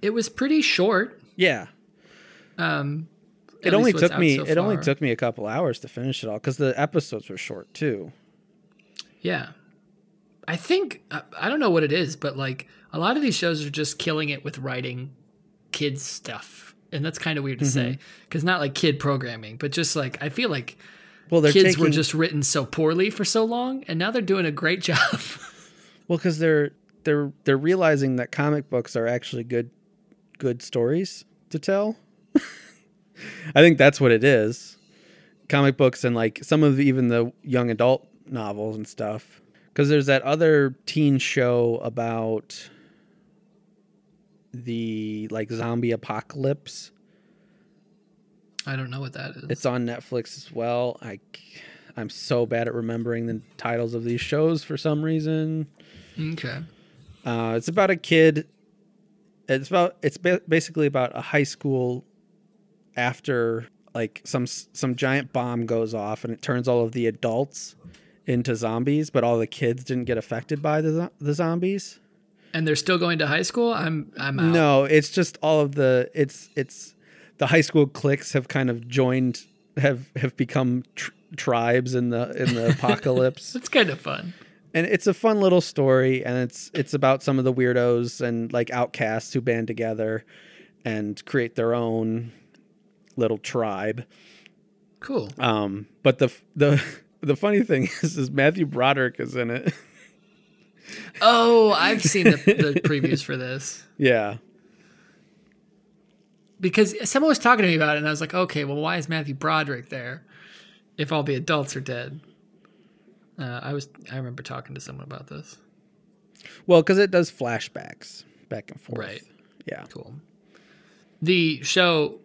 It was pretty short. Yeah. Um, at It only least what's took out me so it only far. took me a couple hours to finish it all cuz the episodes were short too. Yeah. I think, I I don't know what it is, but like a lot of these shows are just killing it with writing kids' stuff. And that's kind of weird to say Mm-hmm. because not like kid programming, but just like I feel like Well, they're kids taking, were just written so poorly for so long and now they're doing a great job. well cuz they're they're they're realizing that comic books are actually good good stories to tell. I think that's what it is. Comic books and like some of the, even the young adult novels and stuff. Cuz there's that other teen show about the like zombie apocalypse. I don't know what that is. It's on Netflix as well. I am so bad at remembering the titles of these shows for some reason. okay. Uh, it's about a kid. It's about it's ba- basically about a high school after like some s- some giant bomb goes off and it turns all of the adults into zombies, but all the kids didn't get affected by the zo- the zombies. And they're still going to high school? I'm I'm out. No, it's just all of the it's it's the high school cliques have kind of joined have have become tr- tribes in the in the apocalypse. It's kind of fun. And it's a fun little story and it's it's about some of the weirdos and like outcasts who band together and create their own little tribe. Cool. Um, but the f- the the funny thing is, is Matthew Broderick is in it. Oh, I've seen the, the previews for this. yeah. because someone was talking to me about it, and I was like, okay, well, why is Matthew Broderick there if all the adults are dead? Uh, I was I remember talking to someone about this. Well, cuz it does flashbacks back and forth. Right. Yeah. Cool. The show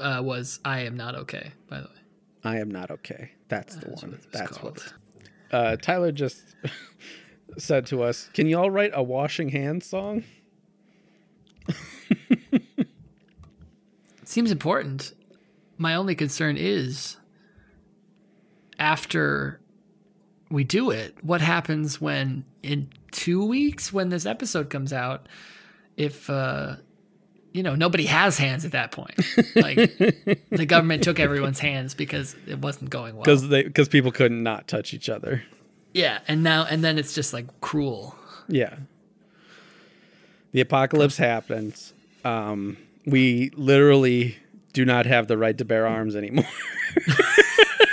uh, was I am not okay. By the way, I am not okay. That's the that's one. what it was That's what called. it's uh, Tyler just said to us, "Can y'all write a washing hands song?" Seems important. My only concern is after we do it, what happens when in two weeks when this episode comes out, if uh you know, nobody has hands at that point. Like the government took everyone's hands because it wasn't going well. Because they because people couldn't not touch each other. Yeah, and now and then it's just like cruel. Yeah. The apocalypse happens. Um, we literally do not have the right to bear arms anymore.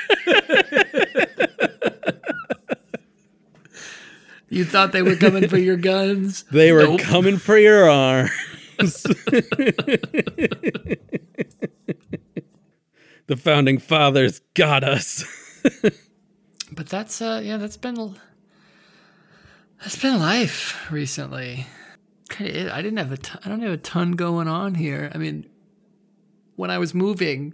You thought they were coming for your guns. They were Nope. coming for your arms. the founding fathers got us. but that's uh yeah that's been that's been life recently kind of it. I didn't have a ton, I don't have a ton going on here. I mean, when I was moving,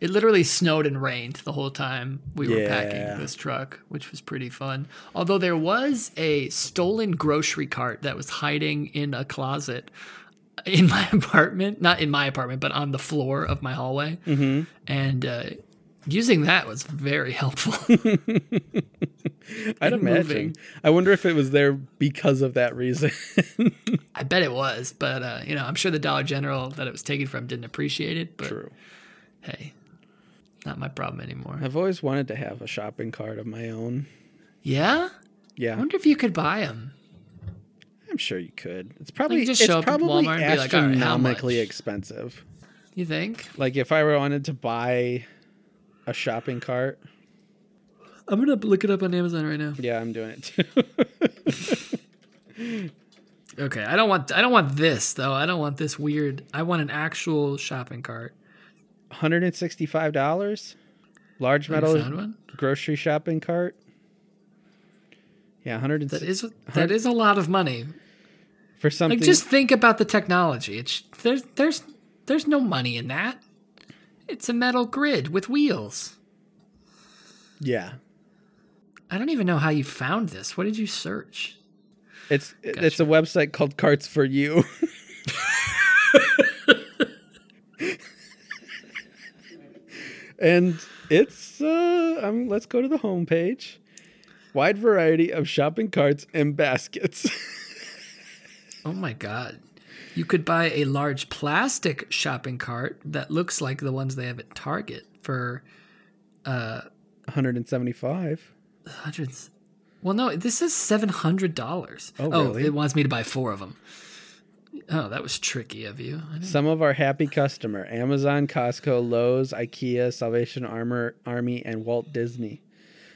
it literally snowed and rained the whole time we were Yeah. packing this truck, which was pretty fun. Although there was a stolen grocery cart that was hiding in a closet in my apartment, not in my apartment, but on the floor of my hallway, mm-hmm. and uh, using that was very helpful. I'd imagine. moving. I wonder if it was there because of that reason. I bet it was, but uh, you know, I'm sure the Dollar General that it was taken from didn't appreciate it. But True. hey, not my problem anymore. I've always wanted to have a shopping cart of my own. Yeah, I Yeah, wonder if you could buy them. I'm sure you could. It's probably just it's show up at probably Walmart and be like, "All right, how astronomically much?" expensive. You think? Like if I wanted to buy a shopping cart, I'm gonna look it up on Amazon right now. yeah, I'm doing it too. Okay, I don't want I don't want this though. I don't want this weird. I want an actual shopping cart. Hundred and sixty-five dollars, large Have you metal found one? grocery shopping cart. Yeah, hundred and That is that is a lot of money. for something. Like just think about the technology. It's there's there's there's no money in that. It's a metal grid with wheels. yeah, I don't even know how you found this. What did you search? it's it's a website called Carts for You. and it's uh, um, let's go to the homepage. Wide variety of shopping carts and baskets. Oh my god. You could buy a large plastic shopping cart that looks like the ones they have at Target for One hundred and seventy-five. hundreds. Well, no, this is seven hundred dollars. Oh, really? it wants me to buy four of them. Oh, that was tricky of you. I didn't- Some of our happy customer: Amazon, Costco, Lowe's, IKEA, Salvation Armor, Army, and Walt Disney.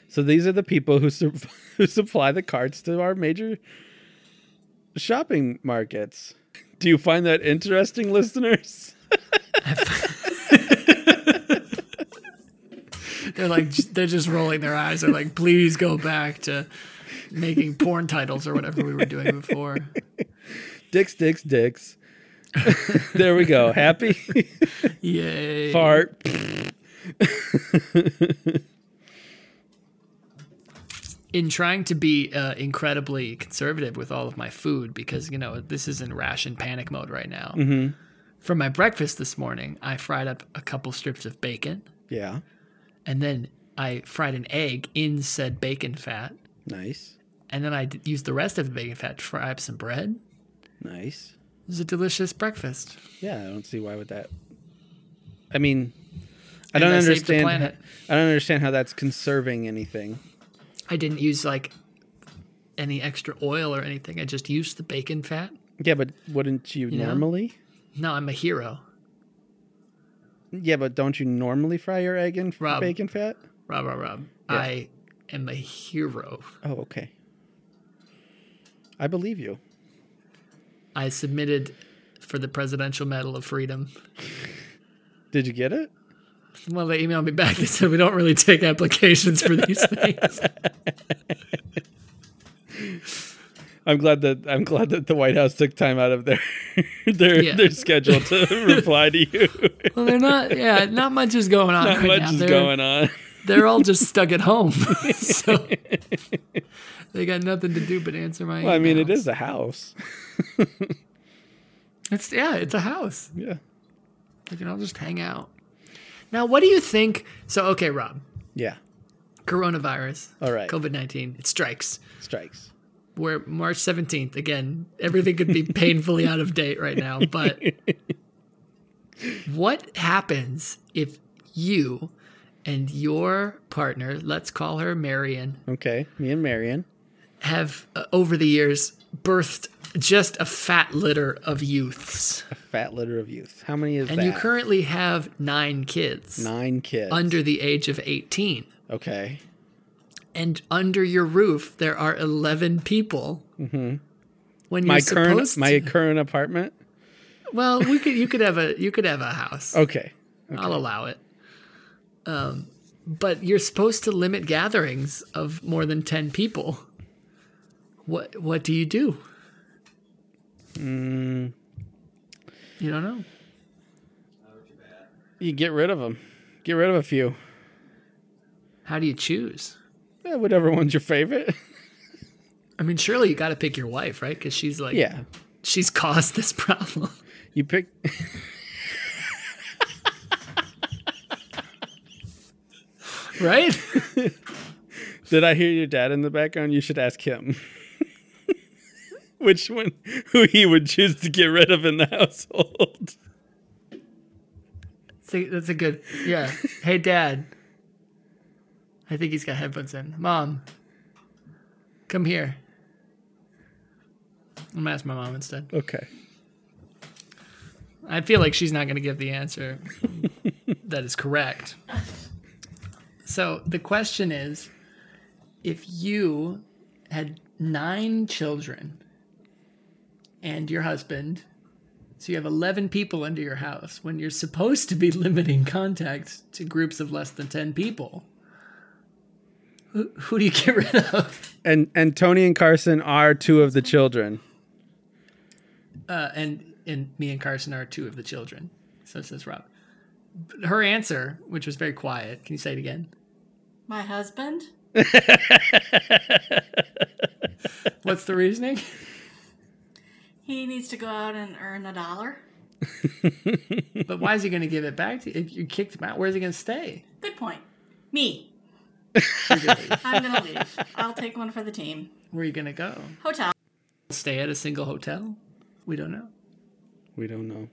So these are the people who su- who supply the carts to our major shopping markets. Do you find that interesting, listeners? They're like, they're just rolling their eyes. They're like, please go back to making porn titles or whatever we were doing before. Dicks, dicks, dicks. there we go. Happy Yay! fart. in trying to be uh, incredibly conservative with all of my food because you know this is in ration panic mode right now. For my breakfast this morning, I fried up a couple strips of bacon Yeah. and then I fried an egg in said bacon fat, Nice. and then I d- used the rest of the bacon fat to fry up some bread. Nice. It was a delicious breakfast. Yeah, I don't see why would that. I mean, I don't I saved the understand. planet. I don't understand how that's conserving anything. I didn't use like any extra oil or anything. I just used the bacon fat. Yeah, but wouldn't you, know? normally? No, I'm a hero. Yeah, but don't you normally fry your egg in f- Rob. bacon fat? Rob, Rob, Rob. I am a hero. Oh, okay. I believe you. I submitted for the Presidential Medal of Freedom. Did you get it? Well, they emailed me back. They said we don't really take applications for these things. I'm glad that I'm glad that the White House took time out of their their Yeah. their schedule to reply to you. Well, they're not. Yeah, not much is going on right Much now. is They're- going on. they're all just stuck at home. so they got nothing to do but answer my Well, I mean, emails. it is a house. It's yeah, it's a house. Yeah. They can all just hang out. Now, what do you think? So, okay, Rob, Yeah. coronavirus, All right. COVID nineteen, it strikes. Strikes. We're March seventeenth again. Everything could be painfully out of date right now, but what happens if you and your partner, let's call her Marion, Okay. Me and Marion. have uh, over the years birthed just a fat litter of youths, A fat litter of youth. How many is and that? you currently have nine kids Nine kids. under the age of eighteen. okay. and under your roof there are 11 people when Mm-hmm. My you're current supposed my to, current apartment. well we could you could have a you could have a house Okay. i'll allow it um, but you're supposed to limit gatherings of more than 10 people what what do you do Mm. You don't know. You get rid of them. Get rid of a few. How do you choose? Eh, whatever one's your favorite. I mean, surely you got to pick your wife, right? Because she's like, yeah. she's caused this problem. You pick. right? Did I hear your dad in the background? You should ask him. Which one, who he would choose to get rid of in the household. See, that's a good. Yeah. Hey, Dad. I think he's got headphones in. Mom, come here. I'm gonna ask my mom instead. Okay. I feel like she's not gonna give the answer that is correct. So the question is, if you had nine children and your husband, so you have eleven people under your house, when you're supposed to be limiting contact to groups of less than ten people, who, who do you get rid of? And and Tony and Carson are two of the children. Uh, and and me and Carson are two of the children. So says Rob. But Her answer, which was very quiet, can you say it again? My husband? What's the reasoning? He needs to go out and earn a dollar. But why is he going to give it back to you? If you kicked him out, where's he going to stay? Good point. Me. I'm going to leave. I'll take one for the team. Where are you going to go? Hotel. Stay at a single hotel? We don't know. We don't know.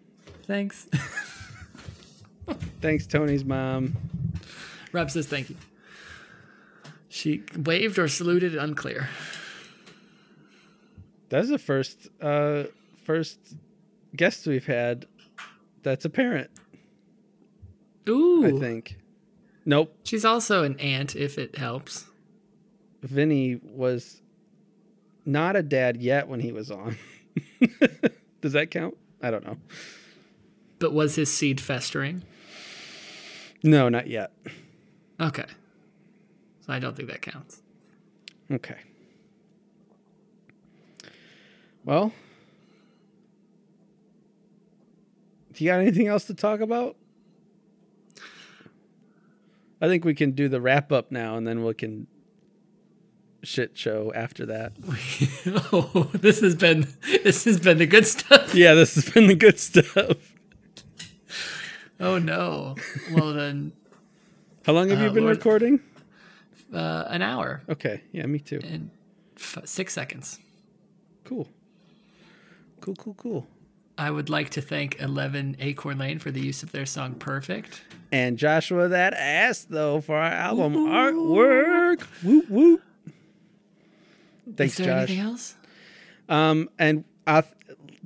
Thanks. Thanks, Tony's mom. Rob says thank you. She waved or saluted, unclear. That's the first uh first guest we've had that's a parent, Ooh. I think. Nope. She's also an aunt, if it helps. Vinny was not a dad yet when he was on. Does that count? I don't know. But was his seed festering? No, not yet. Okay. So I don't think that counts. Okay. Well, do you got anything else to talk about? I think we can do the wrap up now and then we can shit show after that. oh, this has been this has been the good stuff. Yeah, this has been the good stuff. Oh no. Well then, How long have Uh, you been Lord- recording? uh, an hour Okay. Yeah, me too. and f- six seconds. Cool. Cool, cool, cool. I would like to thank 11 Acorn Lane for the use of their song Perfect. And Joshua, that ass though for our album artwork. Whoop whoop. Thanks, Is there Josh. anything else? Um, and I,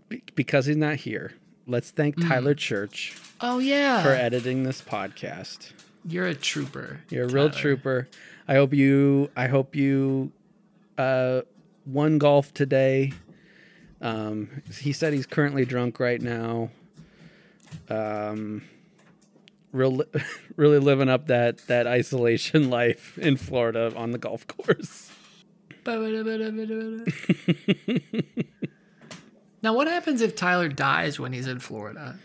be- because he's not here, let's thank Mm. Tyler Church Oh, yeah. for editing this podcast. You're a trooper. You're a real Tyler. trooper. I hope you. I hope you. Uh, won golf today. Um, he said he's currently drunk right now. Um, real, li- really living up that that isolation life in Florida on the golf course. now, what happens if Tyler dies when he's in Florida?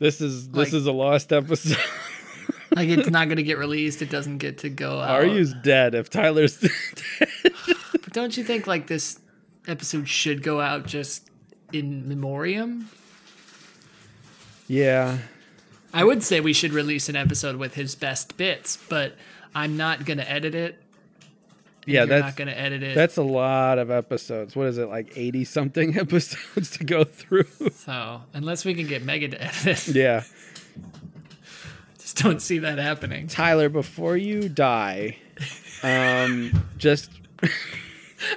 This is this Like- is a lost episode. Like, it's not going to get released. It doesn't get to go out. Ari's dead. If Tyler's dead. But don't you think, like, this episode should go out just in memoriam? yeah. I would say we should release an episode with his best bits, but I'm not going to edit it. Yeah, You're that's not going to edit it. that's a lot of episodes. What is it like 80 something episodes to go through? So unless we can get Mega to edit, it, yeah. just don't see that happening. Tyler, before you die, um just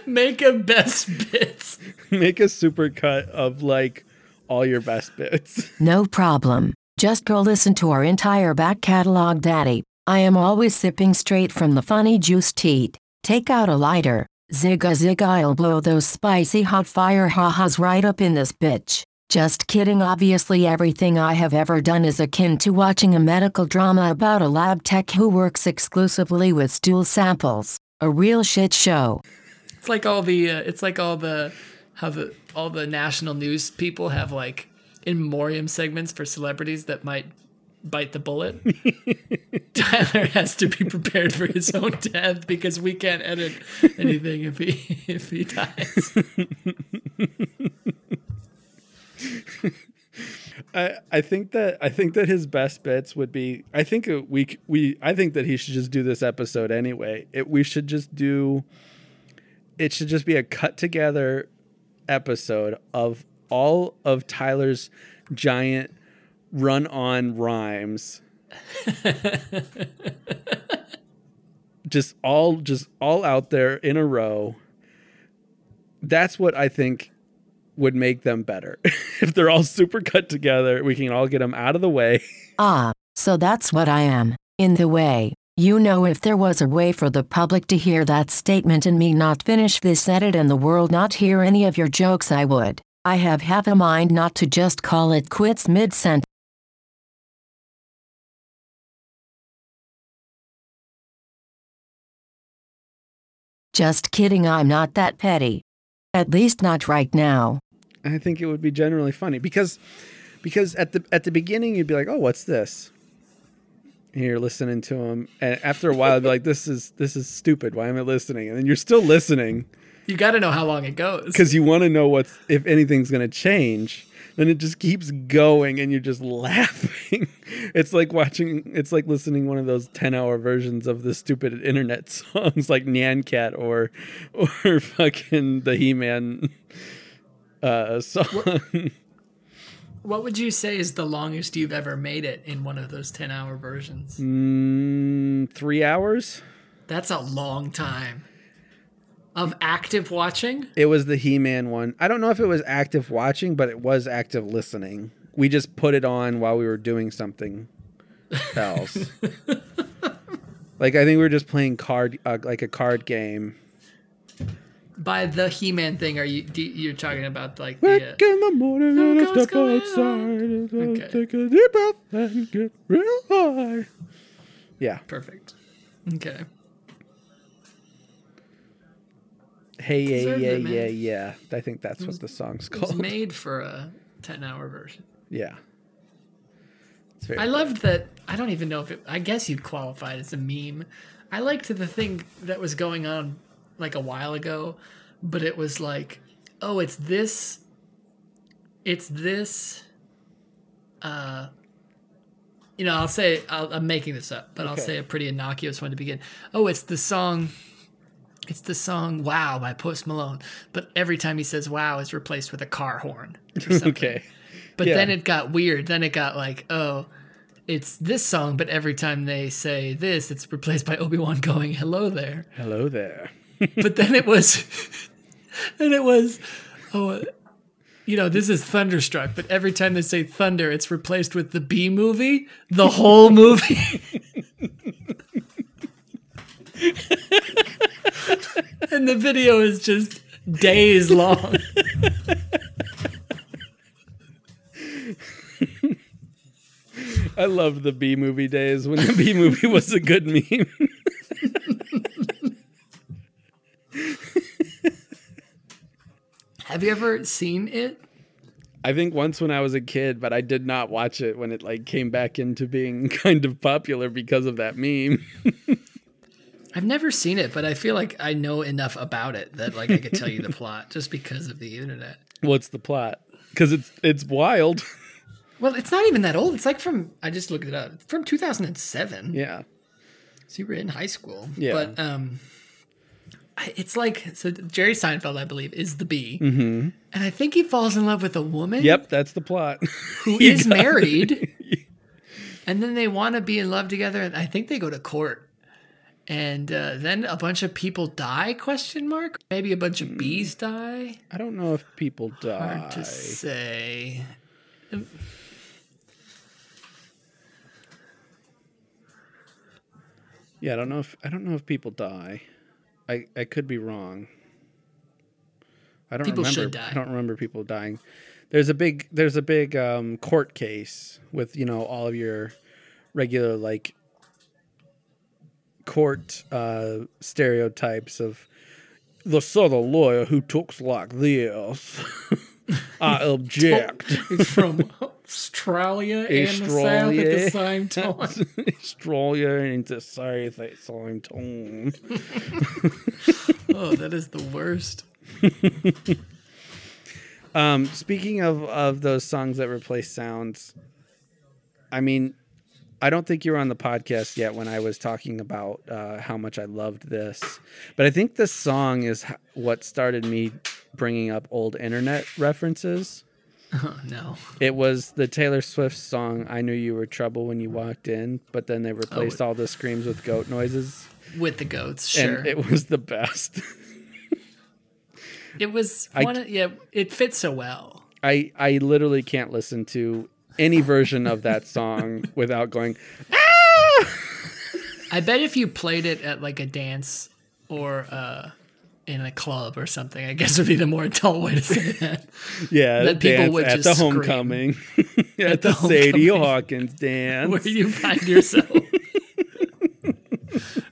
Make a best bits. make a super cut of like all your best bits. No problem. Just go listen to our entire back catalog, Daddy. I am always sipping straight from the funny juice teat. Take out a lighter. Zigga zigga, I'll blow those spicy hot fire ha-has right up in this bitch. Just kidding, obviously, everything I have ever done is akin to watching a medical drama about a lab tech who works exclusively with stool samples. A real shit show. It's like all the uh, it's like all the how the all the national news people have like in memoriam segments for celebrities that might bite the bullet. Tyler has to be prepared for his own death because we can't edit anything if he if he dies. I, I think that I think that his best bits would be I think it- we c- we I think that he should just do this episode anyway. It we should just do it should just be a cut together episode of all of Tyler's giant run on rhymes. just all just all out there in a row. That's what I think would make them better. if they're all super cut together, we can all get them out of the way. Ah, so that's what I am. In the way. You know, if there was a way for the public to hear that statement and me not finish this edit and the world not hear any of your jokes, I would. I have half a mind not to just call it quits mid sentence. Just kidding, I'm not that petty. At least not right now. I think it would be generally funny because because at the at the beginning you'd be like, "Oh, what's this?" And you're listening to him, and after a while, I'd be like, "This is this is stupid. Why am I listening?" And then you're still listening You got to know how long it goes. because you want to know what's if anything's going to change. Then it just keeps going, and you're just laughing. It's like watching. It's like listening one of those ten-hour versions of the stupid internet songs, like Nyan Cat or or fucking the He-Man uh, song. What would you say is the longest you've ever made it in one of those 10 hour versions? Mm, three hours. That's a long time of active watching. It was the He Man one. I don't know if it was active watching, but it was active listening. We just put it on while we were doing something else. like I think we were just playing card, uh, like a card game. By the He Man thing, are you do, you're talking about like Wake the. Uh, in the morning and I Look what's step going outside and I Okay. take a deep breath and get real high. Yeah. perfect. Okay. Hey, yeah, Deserved yeah, it, man. yeah, yeah. I think that's what the song's It was called. made for a 10 hour version. Yeah. It's very I loved that. I don't even know if it. I guess you'd qualify it as a meme. I liked the thing that was going on like a while ago, but it was like, oh, it's this. It's this. Uh, you know, I'll say I'll, I'm making this up, but I'll Okay. say a pretty innocuous one to begin. Oh, it's the song. It's the song "Wow" by Post Malone, but every time he says "Wow," it's replaced with a car horn. Or something. okay. But Yeah. then it got weird. Then it got like, oh, it's this song, but every time they say this, it's replaced by Obi Wan going, "Hello there." Hello there. But then it was, then it was, oh, uh, you know, this is Thunderstruck. But every time they say thunder, it's replaced with the B movie, the whole movie. and the video is just days long. I love the B movie days when the B movie was a good meme. Have you ever seen it? I think once when I was a kid, but I did not watch it when it like came back into being kind of popular because of that meme. I've never seen it, but I feel like I know enough about it that like I could tell you the plot just because of the internet. What's the plot? Because it's it's wild. Well, it's not even that old. It's like from I just looked it up. It's from 2007. Yeah. So you were in high school. Yeah. But um I- it's like so Jerry Seinfeld, I believe, is the bee. And I think he falls in love with a woman Yep, that's the plot. who is married. and then they want to be in love together and I think they go to court. And uh, then a bunch of people die question mark? Maybe a bunch of bees die? I don't know if people die. Hard to say. Yeah, I don't know if I don't know if people die. I I could be wrong. I don't People remember. should die. I don't remember people dying. There's a big there's a big um, court case with you know all of your regular like court uh, stereotypes of the southern lawyer who talks like this. I object. He's from Australia and the South at the same time. Australia and the South at the same time. Oh, that is the worst. Um, speaking of of those songs that replace sounds, I mean, I don't think you were on the podcast yet when I was talking about uh, how much I loved this, but I think this song is h- what started me bringing up old internet references. Oh, no. It was the Taylor Swift song "I Knew You Were Trouble When You Walked In," but then they replaced all the screams with goat noises, With the goats, sure. and It, it was the best. was I- one of, yeah, it fits so well. I I literally can't listen to any version of that song without going. I bet if you played it at like a dance or uh in a club or something, I guess would be the more adult way to say that. Yeah, That people dance would at just the scream. homecoming, at, the, the Sadie homecoming. Hawkins Where dance. you find yourself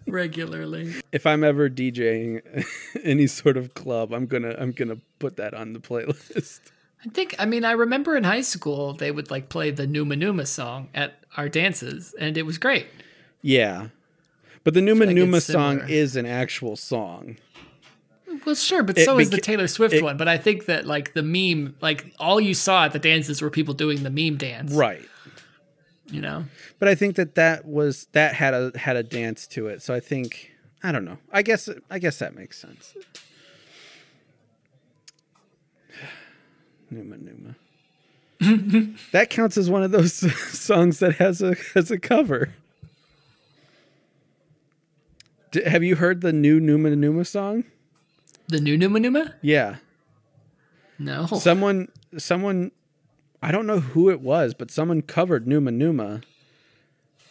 regularly. if I'm ever DJing any sort of club, I'm gonna I'm gonna put that on the playlist. I think I mean I remember in high school they would like play the Numa Numa song at our dances and it was great. Yeah, but the Numa like it's Numa song similar. is an actual song. Well, sure, but It so is the beca- Taylor Swift it- one. But I think that like the meme, like all you saw at the dances were people doing the meme dance, Right. You know, but I think that that was that had a had a dance to it. So I think I don't know. I guess I guess that makes sense. Numa Numa. that counts as one of those songs that has a has a cover. D- have you heard the new Numa Numa song? the new Numa Numa. Yeah. No, Someone someone I don't know who it was, but someone covered Numa Numa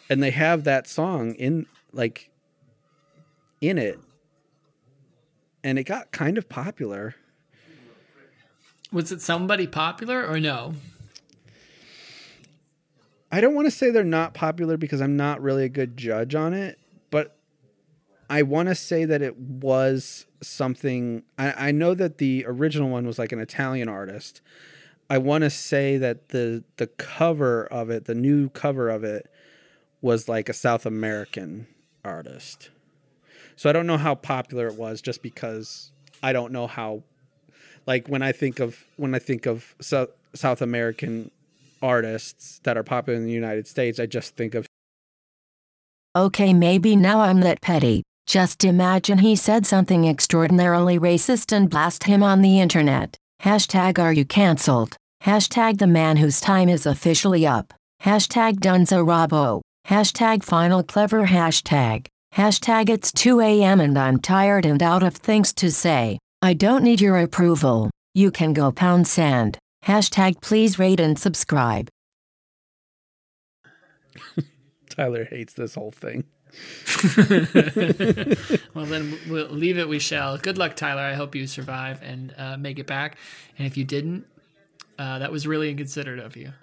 and they have that song in like in it. And it got kind of popular. was it somebody popular or no? I don't want to say they're not popular because I'm not really a good judge on it, but I want to say that it was something. I, I know that the original one was like an Italian artist. I want to say that the the cover of it, the new cover of it, was like a South American artist. So I don't know how popular it was, just because I don't know how. Like when I think of when I think of South South American artists that are popular in the United States, I just think of Okay, maybe now I'm that petty. Just imagine he said something extraordinarily racist and blast him on the internet. Hashtag are you cancelled? Hashtag the man whose time is officially up. Hashtag Dunzo Robbo. Hashtag final clever hashtag. Hashtag it's 2 a.m. and I'm tired and out of things to say. I don't need your approval. You can go pound sand. Hashtag please rate and subscribe. Tyler hates this whole thing. Well, then we'll leave it. We shall. Good luck, Tyler. I hope you survive and uh, make it back. And if you didn't, uh, that was really inconsiderate of you.